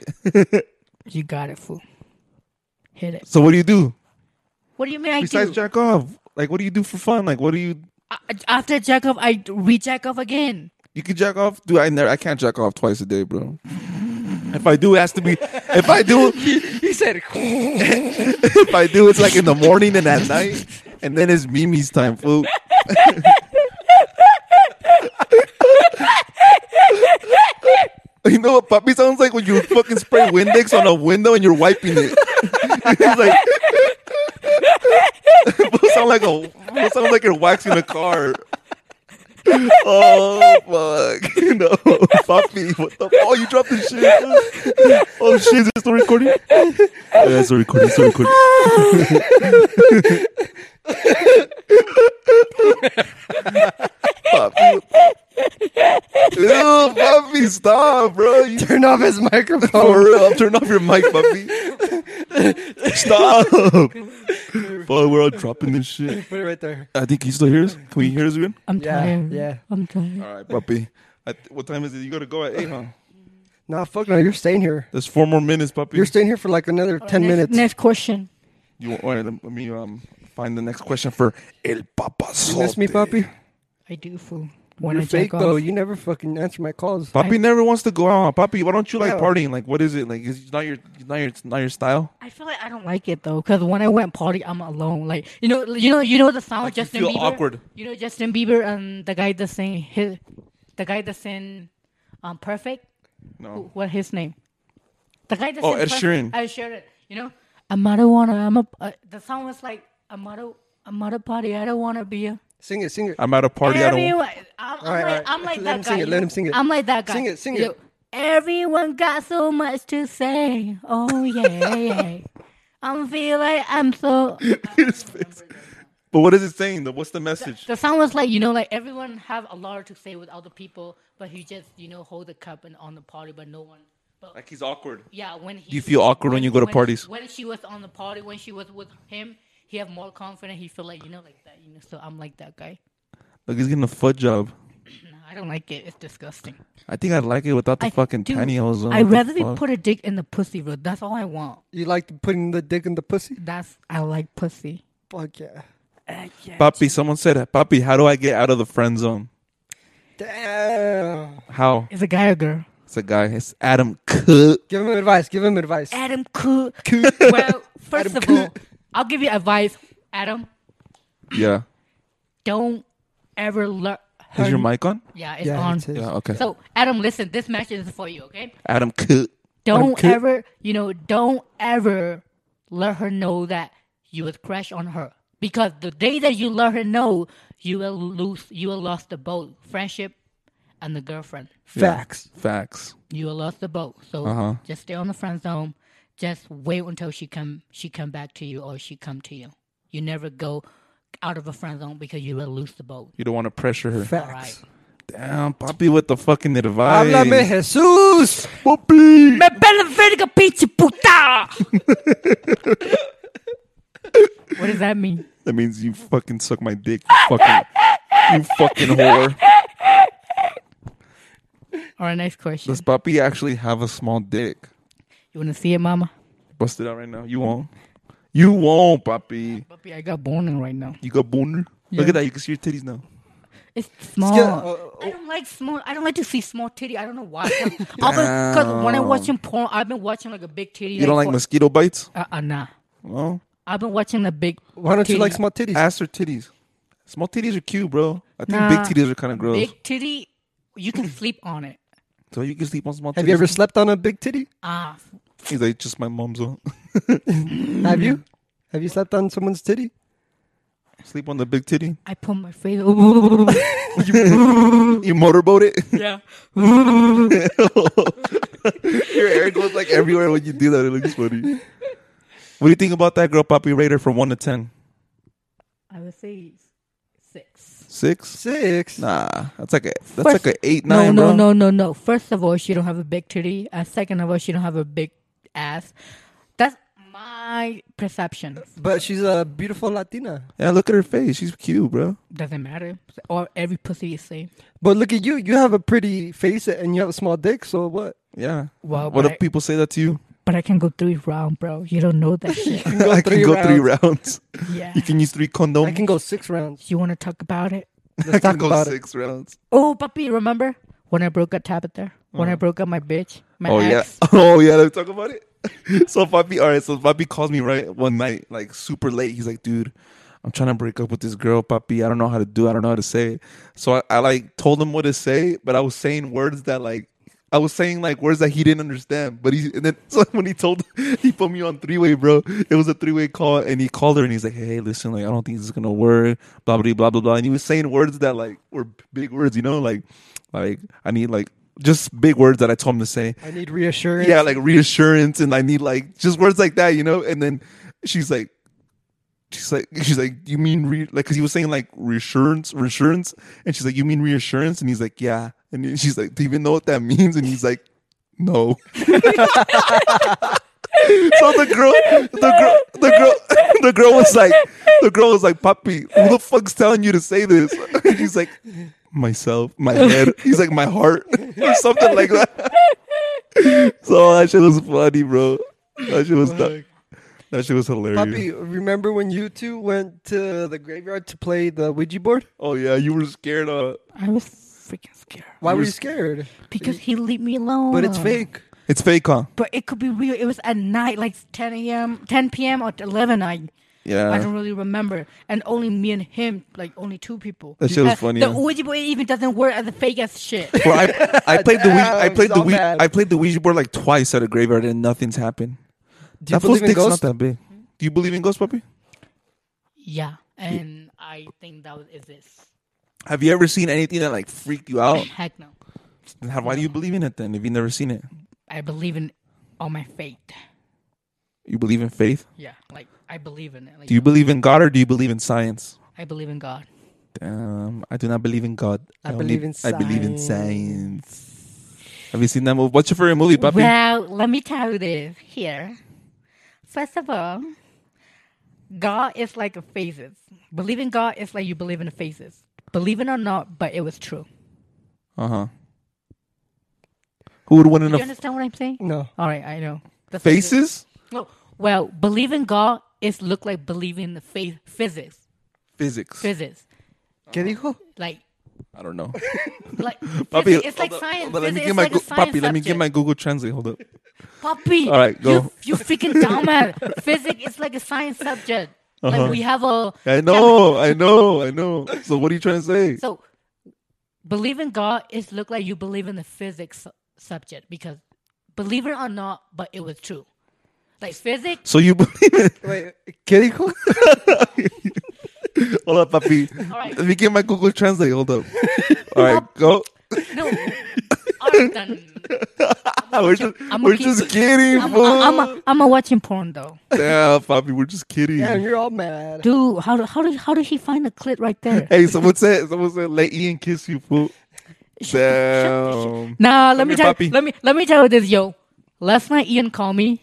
you got it, fool. Hit it.
so what do you do?
What do you mean I
besides
do?
jack off like what do you do for fun like what do you
A- After jack off, I re jack off again.
you can jack off dude i never i can't jack off twice a day bro if i do it has to be if i do
He said,
if i do it's like in the morning and at night and then it's mimi's time fool You know what puppy sounds like when you fucking spray Windex on a window and you're wiping it. it's like it sound like a it sound like you're waxing a car. Oh fuck! You know, puppy. What the? Oh, you dropped the shit. Oh shit! Is this still recording? Yeah, it's still recording. it's Still recording. puppy. Ew, puppy, stop, bro. You
Turn off his
for
microphone.
real, turn off your mic, puppy. Stop. Boy, we're all dropping this shit.
Put it right there.
I think he still hears. Can we hear us again?
I'm
Yeah,
tired.
yeah.
I'm tired.
All right, puppy. I th- what time is it? You gotta go at eight, huh?
Nah, fuck no. You're staying here.
There's four more minutes, puppy.
You're staying here for like another ten
Oh, Next-
minutes.
Next question.
You want, all right, let me um find the next question for El Papa.
You miss me, puppy?
I do fool. When
You're
I
fake
take
though.
off,
You never fucking answer my calls.
Papi never wants to go out. Papi, why don't you like
Yeah.
partying? Like, what is it? Like, is it not your, not your, not your style?
I feel like I don't like it though, because when I went party, I'm alone. Like you know, you know, you know the sound
Like, you
Justin
feel
Bieber.
awkward.
You know Justin Bieber and the guy that's in his, the guy that's in, um, perfect.
No.
What his name? The guy that's
Oh,
in
Ed
Perf-
Sheeran.
Ed Sheeran. You know, I'm I don't wanna. I'm a. Uh, the song was like I'm out of. I'm out of party. I don't wanna be a.
Sing it, sing it.
I'm at a party. I don't.
Everyone, I'm, I'm
right,
like,
all right.
I'm like
Let
that
him
guy.
sing it, let
you
him sing
know?
it.
I'm like that guy.
Sing it, sing
you
it.
know, Everyone got so much to say. Oh yeah, yeah. I'm feel like I'm so.
His face. But what is it saying? though? What's the message?
The song was like you know, like everyone have a lot to say with other people, but he just you know hold the cup and on the party, but no one. But
Like he's awkward.
yeah, when he.
Do you feel awkward when you go to parties?
When she was on the party, when she was with him, he have more confidence. He feel like you know, like that. You know, so I'm like that guy.
Like he's getting a foot job.
No, I don't like it. It's disgusting.
I think I'd like it without the fucking
dude,
pantyhose on.
I'd
What the
rather be
fuck?
put a dick in the pussy, bro. That's all I want.
You like putting the dick in the pussy?
That's I like pussy.
Fuck yeah.
Papi, someone said, Papi, how do I get out of the friend zone?
Damn.
How?
Is a guy or girl?
It's a guy. It's Adam Cook.
Give him advice. Give him advice.
Adam Cook. well, first
Adam
of all,
Cook.
I'll give you advice, Adam.
Yeah.
Don't ever learn.
Is your mic on?
Yeah, it's
Yeah,
on.
it's his.
Yeah, okay.
So, Adam, listen. This match is for you, okay?
Adam Cook.
Don't
Cook.
ever, you know, don't ever let her know that you would crash on her because the day that you let her know, you will lose. You will lost the both friendship and the girlfriend.
Facts.
Facts.
you will lost the boat. So
Uh-huh.
just stay on the friend zone. Just wait until she come she come back to you or she come to you. You never go out of a friend zone because you will lose the boat.
You don't want to pressure her.
All right.
Facts.
Damn, Papi with the fucking advice.
Háblame, Jesús.
Papi.
Me benefit a pinche puta. what does that mean?
That means you fucking suck my dick. You fucking, you fucking whore.
All right, next question.
Does Papi actually have a small dick?
You want to see it, mama?
Bust it out right now. You won't. You won't, Papi.
Puppy, I got born in right now.
You got boner. Look at that. You can see your titties now.
It's small.
Yeah, uh,
I don't like small. I don't like to see small titty. I don't know why. Because when I'm watching porn, I've been watching like a big titty.
You don't like
for-
mosquito bites?
Uh, uh, nah.
No.
I've been watching the big.
Why don't you
titty.
like small titties?
Ass or titties? Small titties are cute, bro. I think
Nah.
big titties are kind of gross.
Big titty, you can sleep on it.
So you can sleep on small titties.
Have you ever slept on a big titty?
Ah,
He's like, just my mom's one.
Have you? Have you slept on someone's titty?
sleep on the big titty.
I put my face.
You motorboat it.
yeah.
Your hair goes like everywhere when you do that. It looks funny. What do you think about that girl, Poppy Raider, from one to ten?
I would say six.
Six?
Six.
Nah, that's like a that's
First-
like a eight
No,
nine.
no,
bro.
no, no, no. First of all, she don't have a big titty. And second of all, she don't have a big ass. That's my perception.
But she's a beautiful Latina.
Yeah, look at her face. She's cute, bro.
Doesn't matter. Or every pussy is same.
But look at you. You have a pretty face and you have a small dick. So what?
Yeah.
Well,
what
but,
if people say that to you?
but I can go three round, bro. You don't know that shit.
You can go
I can
three
go three
rounds.
rounds.
yeah.
You can use three condoms.
I can go six rounds.
You want to talk about it?
I
Let's
can
talk
go
about it.
six rounds.
Oh, puppy, remember when I broke up Tabitha? When I broke up my bitch, my
Oh yeah.
ex.
Oh yeah. Let's talk about it. so Papi, all right. So Papi calls me right one night, like super late. He's like, dude, I'm trying to break up with this girl, Papi. I don't know how to do. it. I don't know how to say it. So I, I like told him what to say, but I was saying words that like I was saying like words that he didn't understand, but he and then so when he told he put me on three way, bro. It was a three way call, and he called her and he's like, "Hey, listen, like I don't think this is gonna work." Blah blah blah blah blah. And he was saying words that like were big words, you know, like like I need like just big words that I told him to say.
I need reassurance.
Yeah, like reassurance, and I need like just words like that, you know. And then she's like, she's like, she's like, you mean re-, like because he was saying like reassurance, reassurance, and she's like, you mean reassurance, and he's like, yeah, and then she's like, do you even know what that means? And he's like, no. so the girl, the girl, the girl, the girl was like, the girl was like, puppy, who the fuck's telling you to say this? And he's like, myself, my head. He's like, my heart, or something like that. so that shit was funny, bro. That shit was du- that shit was hilarious.
Poppy, remember when you two went to the graveyard to play the Ouija board?
Oh yeah, you were scared of.
I was freaking scared
Why were you scared?
because he leave me alone.
But it's
Ah.
fake.
It's fake, huh?
But it could be real. It was at night, like 10 a.m., 10 p.m. or 11. I I
Yeah.
don't really remember. And only me and him, like only two people.
That shit was
Uh,
funny,
The
huh?
Ouija board even doesn't work as a fake as shit.
Bro, I, I played the Ouija, I
Damn,
played the
so
Ouija,
bad.
I played the Ouija board like twice at a graveyard and nothing's happened.
Do you
that fool's
believe in
dick's
ghosts?
not that big. Do you believe in ghosts, puppy?
yeah, and I think that was is this.
Have you ever seen anything that like freaked you out?
Heck no.
Then How, why do you believe in it then? If you've never seen it,
I believe in all my faith.
you believe in faith.
Yeah, like I believe in it. Like,
Do you believe in God or do you believe in science?
I believe in God.
Damn, I do not believe in God.
I believe in
I believe in science. Have you seen that movie? What's your favorite movie, puppy?
Well, let me tell you this here. First of all, God is like a phases. Believe in God is like you believe in the phases. Believe it or not, but it was true.
Uh huh. Who would win in
Do
a
you understand what I'm saying?
No.
All right, I know. That's what it is.
faces?
No. Well, believe in God is look like believing the faith physics.
Physics.
Physics.
¿Qué dijo?
Like
I don't know.
like
Puppy,
physics. it's like
hold up,
science.
hold up, let me
Physics
get
is
my
like
Goo-
a science
puppy. Let me get
subject.
my Google Translate. Hold up.
Puppy.
All right, go.
You, you freaking dumbass. Physics is like a science subject. Like we have a.
Uh-huh. I know, I know, I know. So what are you trying to say?
So believe in God is look like you believe in the physics su- subject because believe it or not, but it was true. Like physics.
So you believe in?
Wait, ¿qué dijo?
Hold up, puppy.
right.
Let me get my Google Translate. Hold up. All right, go.
No. I'm done.
we're just,
I'm
we're
okay.
just kidding,
I'm,
fool.
I'm, I'm, I'm a watching porn though.
Damn, puppy, we're just kidding.
Damn, you're all mad.
Dude, how do- how did how did he find the clit right there?
Hey, someone said, someone said, let Ian kiss you, fool. Damn.
Nah, let
Come
me
here,
tell
puppy.
let me let me tell you this, yo. Last night Ian called me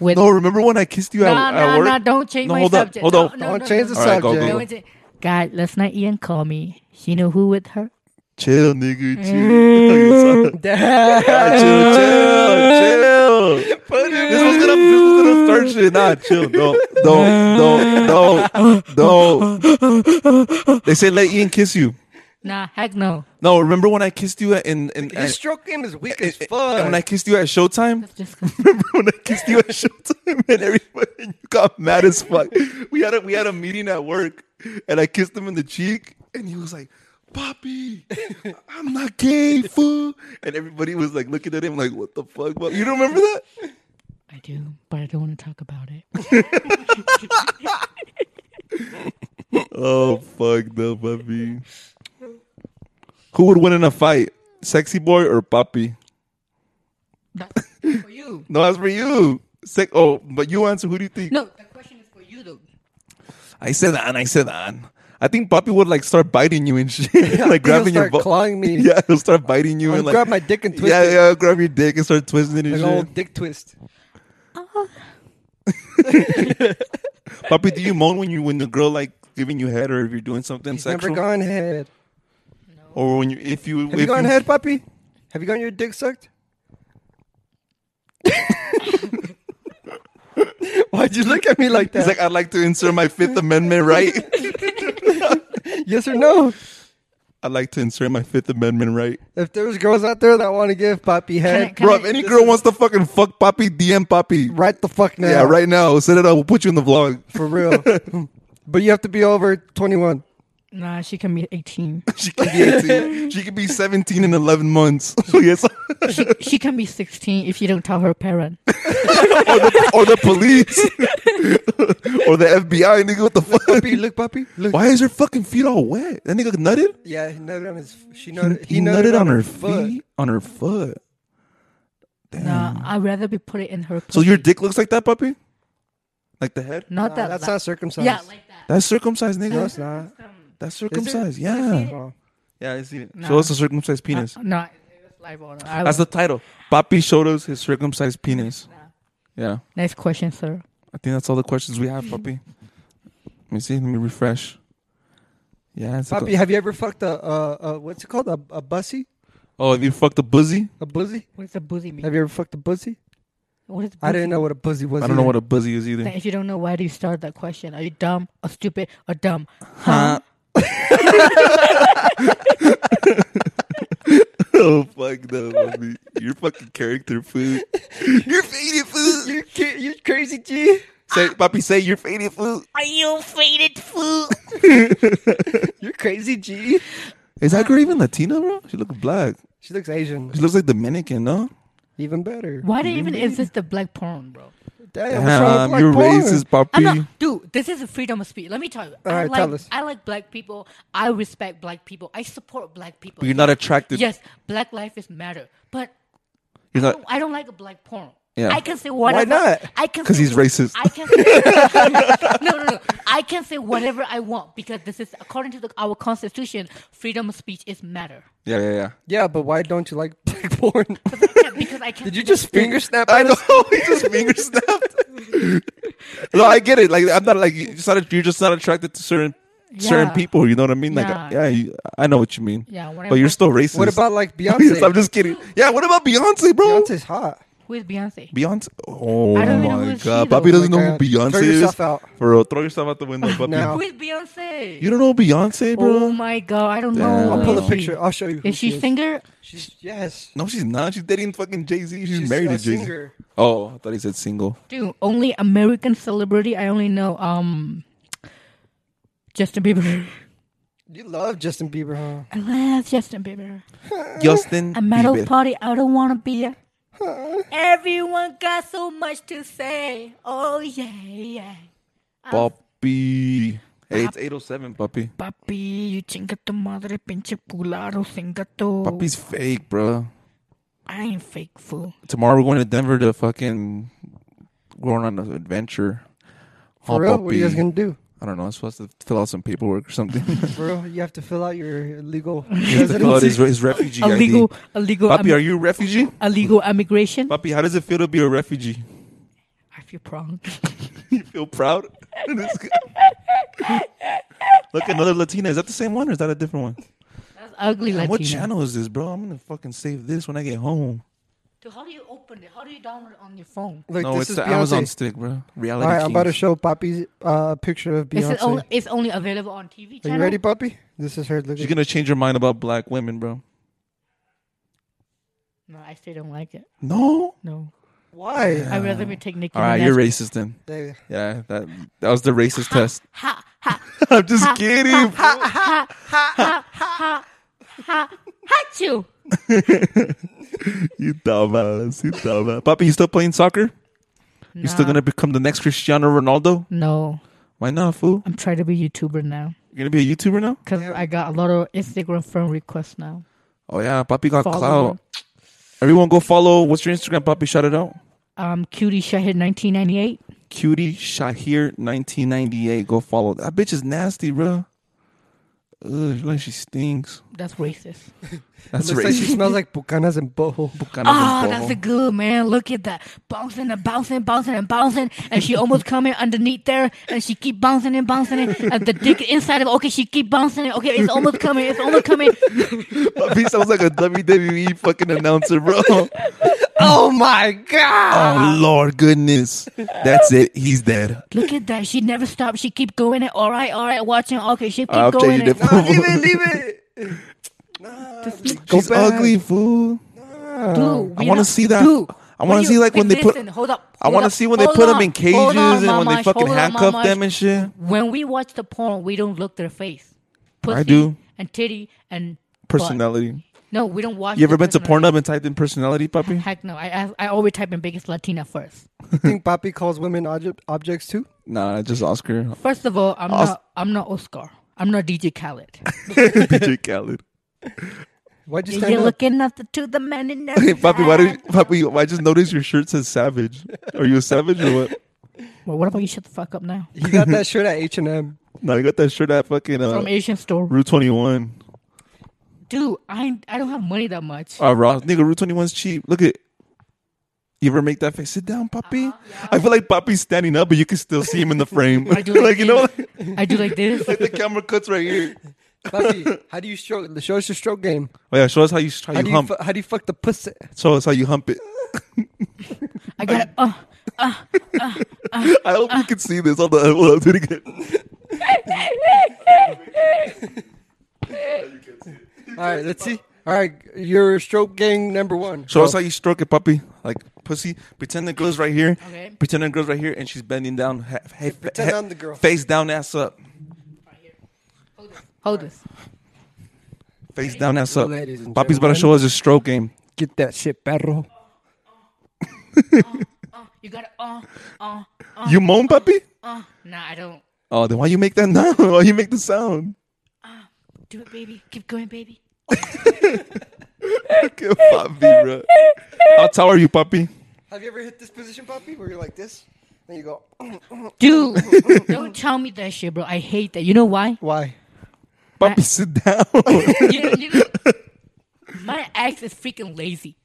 with
No, remember when I kissed you at,
nah,
at
nah,
work?
nah, don't change
No,
my
hold up,
subject.
hold
No,
up.
no,
Don't
no,
change
no,
the
All right, go, go.
subject.
no, it's- God, last night Ian called me. You know who with her?
Chill, nigga. Chill.
Damn.
chill, chill, chill. This was gonna, this was gonna start shit. Nah, chill. No, no, no, no, no. They said let Ian kiss you.
Nah, heck no.
No, remember when I kissed you at, in in
Your
at-
stroke game is weak as
and- and when I
fuck.
kissed you at Showtime?
Just
Remember when I kissed you at Showtime and everybody and you got mad as fuck? We had a we had a meeting at work and I kissed him in the cheek and he was like, Poppy, I'm not gay, fool. And everybody was like looking at him like, what the fuck? What? You don't remember that?
I do, but I don't want to talk about it.
Oh fuck the puppy. Who would win in a fight? Sexy boy or Poppy?
That's for you.
No, that's for you. Sec- oh, but you answer. Who do you think?
No, the question is for you though.
I said that, and I said that. I think Poppy would like start biting you and shit, like
He'll
grabbing your
start
butt.
clawing me.
Yeah, he'll start biting you
I'll
and like
grab my dick and twist
yeah,
it.
yeah, grab your dick and start twisting it and
An
shit.
old dick twist. oh,
Poppy, do you moan when you when the girl like giving you head or if you're doing something
He's
sexual
never gone head.
or when you if you
Have
if
you gone head, puppy? Have you gotten your dick sucked? Why'd you look at me like that?
He's like, I'd like to insert my Fifth Amendment right.
yes or no?
I'd like to insert my Fifth Amendment right.
If there's girls out there that want to give Poppy
Can I,
head,
can
Bro,
I-
if any girl wants to fucking fuck Poppy, DM Poppy.
right the fuck now.
Yeah, right now. Set it up. We'll put you in the vlog.
For real. but you have to be over 21.
Nah, she can be 18.
She can be 18. she can be 17 in 11 months. yes. or,
She, she can be 16 if you don't tell her parent.
the, or the police. or the FBI. Nigga, what the fuck?
Puppy, look, puppy, look.
Why is her fucking feet all wet? That nigga nutted?
Yeah, he nutted on his. She
He,
nutted.
he nutted, on, her
foot.
feet? On her foot. Damn.
Nah, I'd rather be put it in her.
So your
pussy.
dick looks like that puppy? Like the head?
not
Nah,
that.
that's
li-
not circumcised.
yeah, like that.
That's circumcised, nigga.
no, it's not.
That's circumcised. Yeah.
Oh.
Yeah, I see it.
Nah.
Show us a circumcised penis.
Uh, no, it was live on. I
That's the title. Papi showed us his circumcised penis. Yeah.
Next question, sir.
I think that's all the questions we have, Papi. Let me see. Let me refresh. Yeah. It's
Puppy, have you ever fucked a uh, uh what's it called a a bussy
oh, have you fucked a buzzy?
a buzzy?
What does a boozy mean?
Have you ever fucked a buzzy?
What is
I
boozy?
didn't know what a buzzy was.
I don't know
either.
what a buzzy is either.
Then if you don't know, why do you start that question? Are you dumb or stupid or dumb?
Huh? oh fuck no, mommy. You're fucking character food. You're faded food.
You ca- you crazy G.
Say, Papi, say you're faded food.
Are you faded fool?
You're crazy G.
Is that girl even Latina, bro? She look black.
She looks Asian.
She looks like Dominican, no?
Even better.
Why do you even exist the black porn, bro?
Damn, what's wrong
Damn,
with
you're
black porn?
racist,
I'm not,
Papi.
dude. This is a freedom of speech. Let me tell you. I
Alright,
like
tell us.
I like black people. I respect black people. I support black people.
You're not attracted.
yes, black life is matter, but
You're
I
not.
don't, I don't like a black porn.
Yeah.
I can say whatever.
not?
I can
'Cause
say-
he's racist.
I can say, no, no, no. I can say whatever I want because this is according to the, our constitution. Freedom of speech is matter.
Yeah, yeah, yeah.
Yeah, but why don't you like black porn?
Yeah, because I can't.
Did you just finger snap?
I
at us?
know. He just finger snapped. no, I get it. Like I'm not like you're just not, you're just not attracted to certain certain
Yeah.
people. You know what I mean? Like
Yeah.
yeah, you, I know what you mean.
Yeah, when I
but you're
first-
still racist.
What about like
Yes, I'm
Beyonce?
just kidding. Yeah, what about Beyonce, bro? Beyonce.
Beyonce's hot.
Who is Beyonce?
Oh
I don't even know
my
who she
god,
is.
Papi doesn't
Oh my
know who
God. Throw
Beyonce
yourself
is.
out.
For real, throw yourself out the window, Papi.
No.
Who is Beyonce?
You don't know Beyonce, bro?
oh my god, I don't
Damn.
know.
I'll
I'll pull a
who is she?
picture. I'll show you. Who
Is she
is.
singer?
She's yes.
No, she's not. She's dating fucking Jay Z. She's,
She's
married
a
to Jay Z.
singer.
Oh, I thought he said single.
Dude, only American celebrity. I only know um Justin Bieber.
You love Justin Bieber, huh?
I love Justin Bieber.
Justin
I'm at
Bieber.
a party. I don't want to be there. Everyone got so much to say. Oh yeah, yeah.
Papi. Hey, it's 807, Papi.
Papi, you chinga tu madre, pinche cularo, singa tu.
Papi's fake, bro.
I ain't fake fool.
Tomorrow we're going to Denver to fucking going on an adventure.
For real? What are you guys gonna do?
I don't know. I'm supposed to fill out some paperwork or something.
For real? You have to fill out your legal
He has to fill out his,
residency.
his refugee
Illegal,
ID.
illegal,
Papi,
um,
are you a refugee?
illegal immigration.
Papi, how does it feel to be a refugee?
I feel proud.
You feel proud? This guy- Look, another Latina. Is that the same one or is that a different one?
That's ugly Latina.
What channel is this, bro? I'm going to fucking save this when I get home.
Dude, how do you open it? How do you download it on your phone?
Look,
no,
this
it's
is
the
Beyonce.
Amazon stick, bro.
All
Reality
right, I'm about to
Kings.
show Poppy uh, a picture of
It's
Beyonce.
only, it's only available on TV
Are
channel.
you ready, Poppy? This is her. Look
She's
at
going to change her mind about black women, bro.
No, I still don't like it.
No?
No,
Why?
I'd rather be take Nicki
All right,
Minaj.
you're racist then.
They-
Yeah, that that was the racist test.
Ha ha
I'm just kidding. bro.
ha ha ha ha ha you.
you dumbass. You dumbass. Papi, you still playing soccer? You still gonna become the next Cristiano Ronaldo?
No,
Why not, fool?
I'm trying to be YouTuber now
You're gonna be a YouTuber now?
because I got a lot of Instagram friend requests now.
Oh yeah, Papi got
Follow
clout. Everyone go follow. What's your Instagram, Papi? Shout it out.
Um, Cutie Shahid 1998.
Cutie Shahir 1998. Go follow. That bitch is nasty, bro. Ugh, like she stinks.
That's racist.
That's
Looks like she
racist.
smells like bucanas and boho.
Kind of
Oh, that's
boho.
a good man. Look at that. Bouncing and bouncing, bouncing and bouncing. And she almost coming underneath there and she keep bouncing and bouncing it. And the dick inside of okay, she keep bouncing it. Okay, it's almost coming, it's almost coming.
Papi sounds like a WWE fucking announcer, bro.
Oh my god!
Oh
Ah.
Lord, goodness, that's it. He's dead.
Look at that. She never stopped. She keep going it. All right, all right, watching. Okay, she keep
I'll
going
change
it.
it.
Nah, leave it, leave it. Go
She's
back.
ugly, fool.
Dude,
I
we
want to
not-
see that.
dude,
I want
when
to see
you-
like when
wait,
they put.
listen, Hold up.
I
hold
want to
up,
see when they
hold
put
on,
them in cages
hold on,
and when they
Mamash,
fucking
hold on,
handcuff
Mamash.
them and shit.
When we watch the porn, we don't look their face. pussy
do.
and titty and butt.
Personality.
No, we don't watch.
You ever
the
been to
personality.
Pornhub and typed in personality, puppy?
Heck no. I, I I always type in biggest Latina first.
You think Papi calls women object, objects too?
Nah, just Oscar.
First of all, I'm
Os-
not I'm not Oscar. I'm not DJ Khaled.
DJ Khaled.
Why'd you stand
You're
up?
looking up to the man in
Hey,
the
puppy, why do
Ah.
you, puppy? I just noticed your shirt says savage. Are you a savage or what?
Well, what about you? Shut the fuck up now.
he got that shirt at H and M.
No, you got that shirt at fucking uh,
From Asian store,
Route 21.
dude. I I don't have money that much.
Uh, Ross, nigga, Route 21's cheap. Look at. You ever make that face? Sit down, puppy.
Uh-huh,
I feel like Poppy's standing up, but you can still see him in the frame.
I do
like, you know,
this. I do like this.
like the camera cuts right here.
Papi, how do you stroke? The show us your stroke game.
Oh yeah, show us how you how
How
you
do you
hump.
fu- how do you fuck the pussy?
show us how you hump it.
I got uh,
I hope you can see this on the. Hold on, do it again.
All right, let's see. All right, your stroke game number one.
Show
Go.
us how you stroke it, puppy. Like pussy. Pretend the girl's right here.
Okay.
Pretend the girl's right here, and she's bending down. Ha- ha-
pretend
ha-
I'm the girl.
Face down, ass up.
hold this.
Face down, ass up.
Ladies and
Poppy's about to show us his stroke game.
Get that shit, perro.
You got uh, uh,
Uh-huh.
You moan, puppy?
uh. Nah, I don't.
Oh, then why you make that noise? Why you make the sound?
Do it, baby. Keep going, baby.
Good puppy, bro. How tall are you, puppy?
Have you ever hit this position, Papi, where you're like this? Then you go. "Oh."
Dude, don't tell me that shit, bro. I hate that. You know why?
Why?
Puppy, sit down.
You know, you know, my ex is freaking lazy.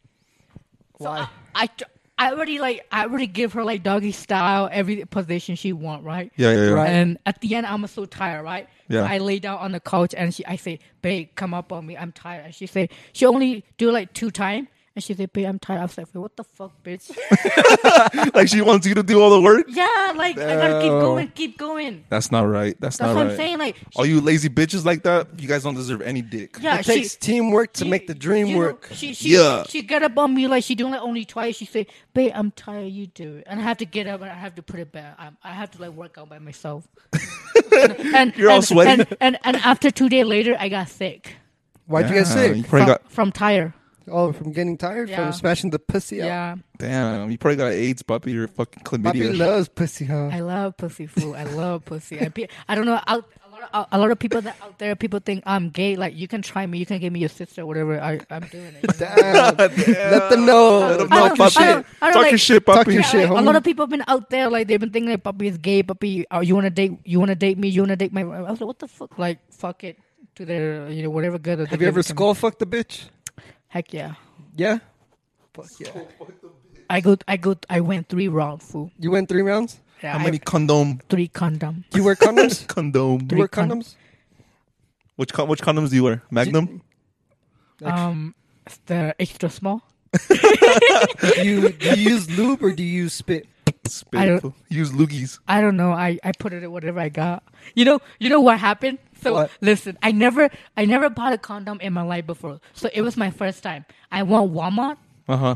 Why?
I, tr- I already like I already give her like doggy style every position she want, right?
yeah, yeah, yeah.
Right.
And at the end, I'm so tired, right?
Yeah.
So I lay down on the couch and she, I say, "Babe, come up on me. I'm tired." And she say, she only do like two time, and she say, "Babe, I'm tired." I was like, "What the fuck, bitch?"
Like she wants you to do all the work.
yeah, like I gotta keep
Damn.
going, keep going.
That's not right. That's,
That's
not
what
right.
I'm saying. Like,
All you lazy bitches like that, you guys don't deserve any dick.
yeah,
it
she-
takes teamwork to
she-
make the dream
you know,
work.
she she
Yeah.
she got up on me like she doing it only twice. She said, "Babe, I'm tired. You do it." And I have to get up and I have to put it back. i I have to like work out by myself. and
You're all
and-
sweaty.
And, and and after two days later, I got sick
Why'd you get
Damn,
sick?
You probably
from,
got
from tire.
Oh, from getting tired
Yeah.
from smashing the pussy out.
Yeah,
damn. You probably got AIDS, puppy. You're fucking
Papi
chlamydia.
loves pussy, huh?
I love pussy food. I love pussy. I, pe- I don't know. Out, a lot of a lot of people that out there people think I'm gay. Like you can try me. You can give me your sister. Whatever. I I'm doing it. you know?
Damn. Let them know.
Let 'em
I
know,
don't-
puppy.
I don't- I don't
Talk
like-
your shit,
Talk
puppy.
your shit.
Yeah, like, a
homie.
lot of people have been out there like they've been thinking like puppy is gay, puppy. Oh, you wanna date? You wanna date me? You wanna date my? I was like, what the fuck? Like fuck it to their you know whatever good. that they
Have you
give
ever
them.
skull fucked the bitch?
Heck yeah.
Yeah. Fuck yeah.
I go. I go. I went three round fool.
You went three rounds.
Yeah,
How
I-
many condom?
three condom.
You wear condoms.
Condom.
you wear
Three con-
condoms.
Which con- which condoms do you wear? Magnum.
Um, it's the extra small.
Do you do you use lube or do you use spit?
Spit.
I don't-
fool. Use loogies.
I don't know. I, I put it in whatever I got. You know. You know what happened. So
What?
listen, I never I never bought a condom in my life before. So it was my first time. I went Walmart.
Uh huh.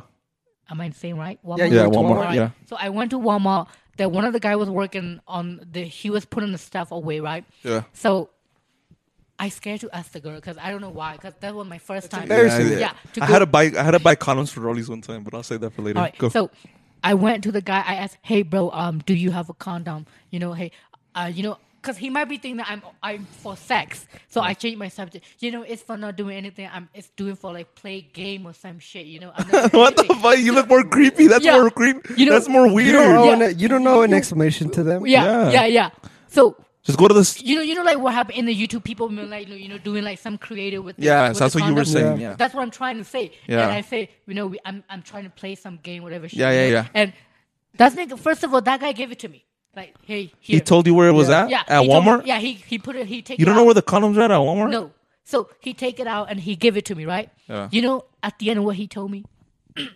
Am I insane, right? Walmart.
you Yeah, went to Walmart,
Alright,
yeah.
So I went to Walmart. That one of the guy was working on the. He was putting the stuff away, right?
Yeah.
So I scared to ask the girl because I don't know why. Because that was my first time.
embarrassing.
Yeah. to
I
go-
had to buy I had to buy condoms for Rollies one time, but I'll say that for later.
All right.
Go.
So I went to the guy. I asked, "Hey, bro, um, do you have a condom? You know, hey, uh, you know." Cause he might be thinking that I'm I'm for sex, so I changed my subject. You know, it's for not doing anything. I'm it's doing for like play game or some shit. You know, I'm not doing
what the
anything.
fuck? You look more creepy. That's
Yeah.
more creepy.
You know-
That's more
You
weird.
don't know.
Yeah.
An, you don't know an explanation to them.
Yeah.
Yeah, yeah, yeah, So
Just go to the. s-
you know, you know, like what happened in the YouTube people, been, like you know, doing like some creative with the-
Yeah,
with
so that's
the
what you were
condom.
saying.
Yeah.
Yeah.
That's what I'm trying to say.
Yeah.
And I say, you know, we, I'm I'm trying to play some game, whatever. Shit,
Yeah, yeah,
you know?
yeah.
And that's nigga. First of all, that guy gave it to me. Like, hey, here.
He told you where it was
Yeah.
at
yeah
at
he told me-
Walmart.
yeah, he he put it. He take.
You
it
don't
out.
know where the condoms are at, at Walmart.
No. So he take it out and he give it to me, right?
Yeah.
You know, at the end of what he told me,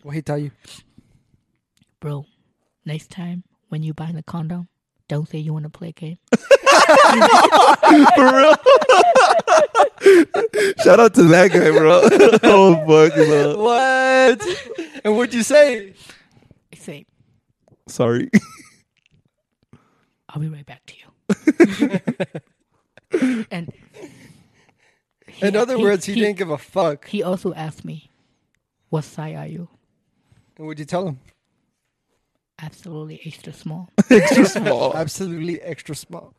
What he tell you?
bro. Next time when you buy the condom, don't say you want to play a game.
for real. Shout out to that guy, bro. oh fuck, bro.
What? and what'd you say?
I say,
Sorry.
I'll be right back to you. and
In other
he-
words, he,
he-
didn't give a fuck.
He also asked me, "What size are you?"
And would you tell him?
Absolutely extra small.
Extra
Oh.
small.
Absolutely extra small.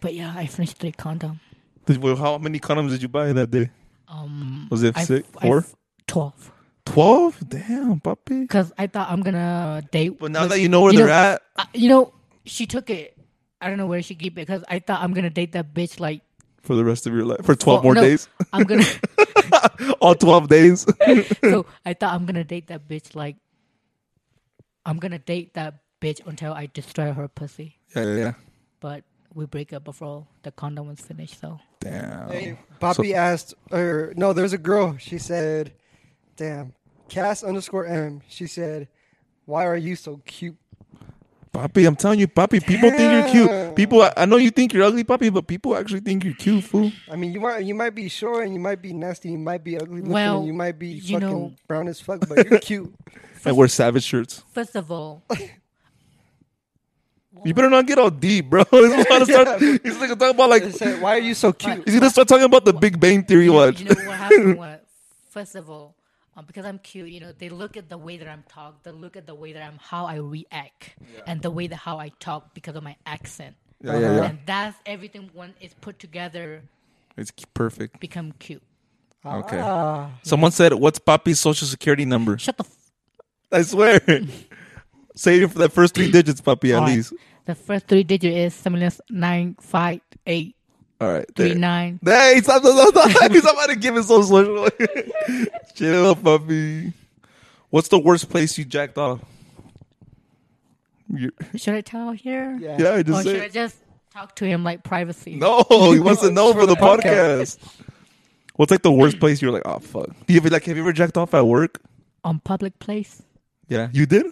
but yeah, I finished three condom.
Did- well, How many condoms did you buy that day?
Um,
Was it
I-
six,
I-
four,
twelve.
twelve? Damn, puppy.
Because I thought I'm gonna date.
But now
with-
that you know where
you
they're
know-
at,
I- Uh, you know, she took it. I don't know where she keep it because I thought I'm gonna date that bitch like
for the rest of your life, for twelve
for-
more
no,
days,
I'm gonna.
all twelve days.
so I thought I'm gonna date that bitch like. I'm gonna date that bitch until I destroy her pussy.
Yeah, yeah, yeah.
But we break up before the condom was finished. So
Damn.
Hey, Poppy asked, or no, there's a girl. She said, "Damn, Cass underscore M." She said, "Why are you so cute?"
Papi, I'm telling you, Papi, people think you're cute. People, I- I know you think you're ugly, Papi, but people actually think you're cute, fool.
I mean, you might you might be short and you might be nasty, you might be ugly looking,
Well,
and you might be
you
fucking
know-
brown as fuck, but you're cute.
I wear savage shirts.
first of all,
You better not get all deep, bro. He's gonna start. He's gonna talk about like.
They said, "Why are you so cute?"
He's gonna start talking about the Big Bang Theory.
you know,
What?
you know what happened was, first of all, um, because I'm cute, you know, they look at the way that I'm talk, they look at the way that I'm how I react, and the way that how I talk because of my accent,
Yeah, yeah, yeah.
and that's everything when it's put together
It's perfect.
become cute.
Okay.
Ah.
Someone said, "What's Papi's social security number?"
Shut the. F-
I swear. Save it for the first three digits, Papi, at
All right.
least.
The first three digit is seven nine five eight
All right.
three
There.
nine.
Hey, stop, stop, stop, stop. He's about to give his own social. Chill up, puppy. What's the worst place you jacked off? You-
Should I tell here?
yeah.
yeah, I just
Or Oh, should I
said.
just talk to him like privacy?
No, he wants to know
It's for
for the
the podcast.
podcast. What's like the worst place you're like, oh, fuck. Do you ever, like, have you ever jacked off at work?
On public place?
Yeah. You did?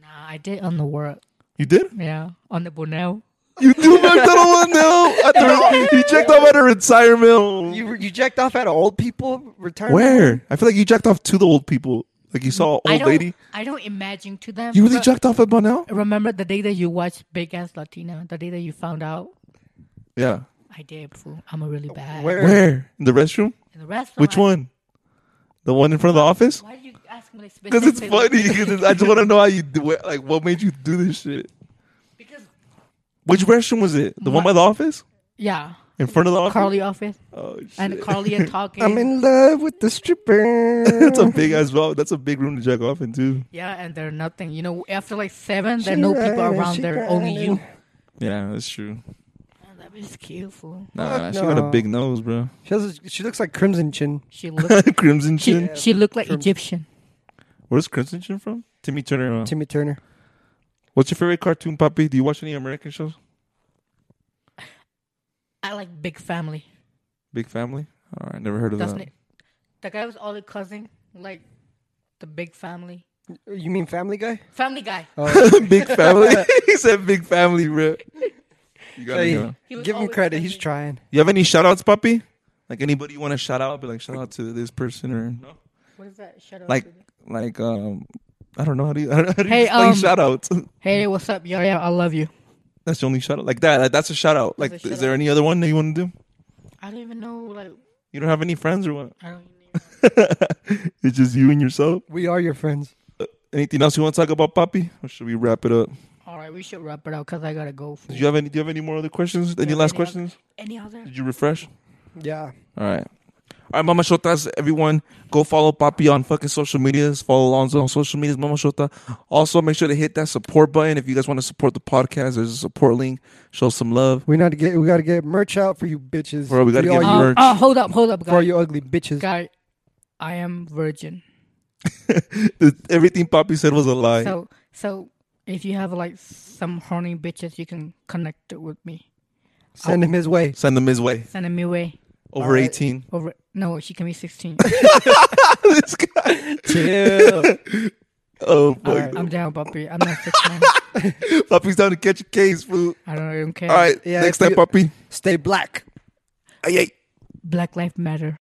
Nah, I did on the work.
You did?
Yeah, on the Bonell.
You do my little one now. At the, you jacked off at a retirement. home.
You you jacked off at an old people retirement.
Where? I feel like you jacked off to the old people. Like you saw an
I
old
don't.
lady.
I don't imagine to them.
You really
but-
jacked off at Bonnell?
Remember the day that you watched Big Ass Latina? The day that you found out?
Yeah.
I did, fool. I'm a really bad.
Where?
Where? In the restroom?
In the restaurant.
Which one? The one in front of the office?
Why did you ask me like
Because it's
specifically?
funny. 'Cause it's- I just want to know how you do it. Like, what made you do this shit?
Because
Which restroom was it? The one
My-
by the office?
yeah,
In front of the office?
Carly office
Oh, shit.
and Carly and talking.
I'm in love with the stripper.
That's a big ass well. That's a big room to jack off into.
yeah, and they're nothing. You know, after like seven, there are
She
no people
grinding,
around
she
there, only you.
Yeah, that's true.
And Oh, that bitch is cute, fool.
Nah,
Fuck
she got a
no.
big nose, bro.
She, has a, she looks like Crimson Chin.
She looked.
Crimson
She,
Chin.
she looked like
From-
Egyptian.
Where's Crimson Chin from? Timmy Turner. uh,
Timmy Turner.
What's your favorite cartoon, Papi? Do you watch any American shows?
I like big family,
Big Family? All right, never heard of
doesn't
that.
it? The guy was all the cousin, like the big family.
You mean Family Guy?
Family guy.
big Family. he said Big Family, bro. You got
Hey,
me. going.
He was
give him
always
credit. He's
cousin.
trying.
You have any shout outs, Papi? Like anybody you want to shout out? Be like shout out to this person or
What is that? Shut up.
like like um I don't know how do you, I don't know how do you
Hey,
explain
um,
shout outs.
Hey, what's up, yo, yo? I love you.
That's the only shout out. Like that. like, That's a shout out. Like
a
is
shout
there any other one that you want to do?
I don't even know. Like,
You don't have any friends or what?
I don't even
it's just you and yourself.
We are your friends.
Anything else you want to talk about, Papi? Or should we wrap it up?
All right, we should wrap it up because I gotta go.
Do you have any do you have any more other questions? Any last
any other-
questions?
Any other?
Did you refresh?
Yeah.
All right. All right, Mama Shotas, everyone, go follow Papi on fucking social medias. Follow Alonzo on social medias, Mama Shota. Also, make sure to hit that support button if you guys want to support the podcast. There's a support link. Show some love.
We not get. We gotta get merch out for you bitches.
Bro, we gotta
all
get
you,
merch.
Uh, uh, hold up, hold up,
for all
guy.
you ugly bitches.
Guy, I am virgin.
The- Everything Papi said was a lie.
So, so if you have like some horny bitches, you can connect it with me.
Send him his way.
Send them his way.
Send me away.
Over
All right.
18.
Over. No, she can be sixteen.
this guy. Oh, fuck.
right.
I'm down, puppy. I'm not sixteen.
Papi's down to catch a case, fool.
I don't. I don't care.
All right.
Yeah,
next
if
time,
you-
Papi.
Stay black.
Ay, ay.
Black Lives Matter.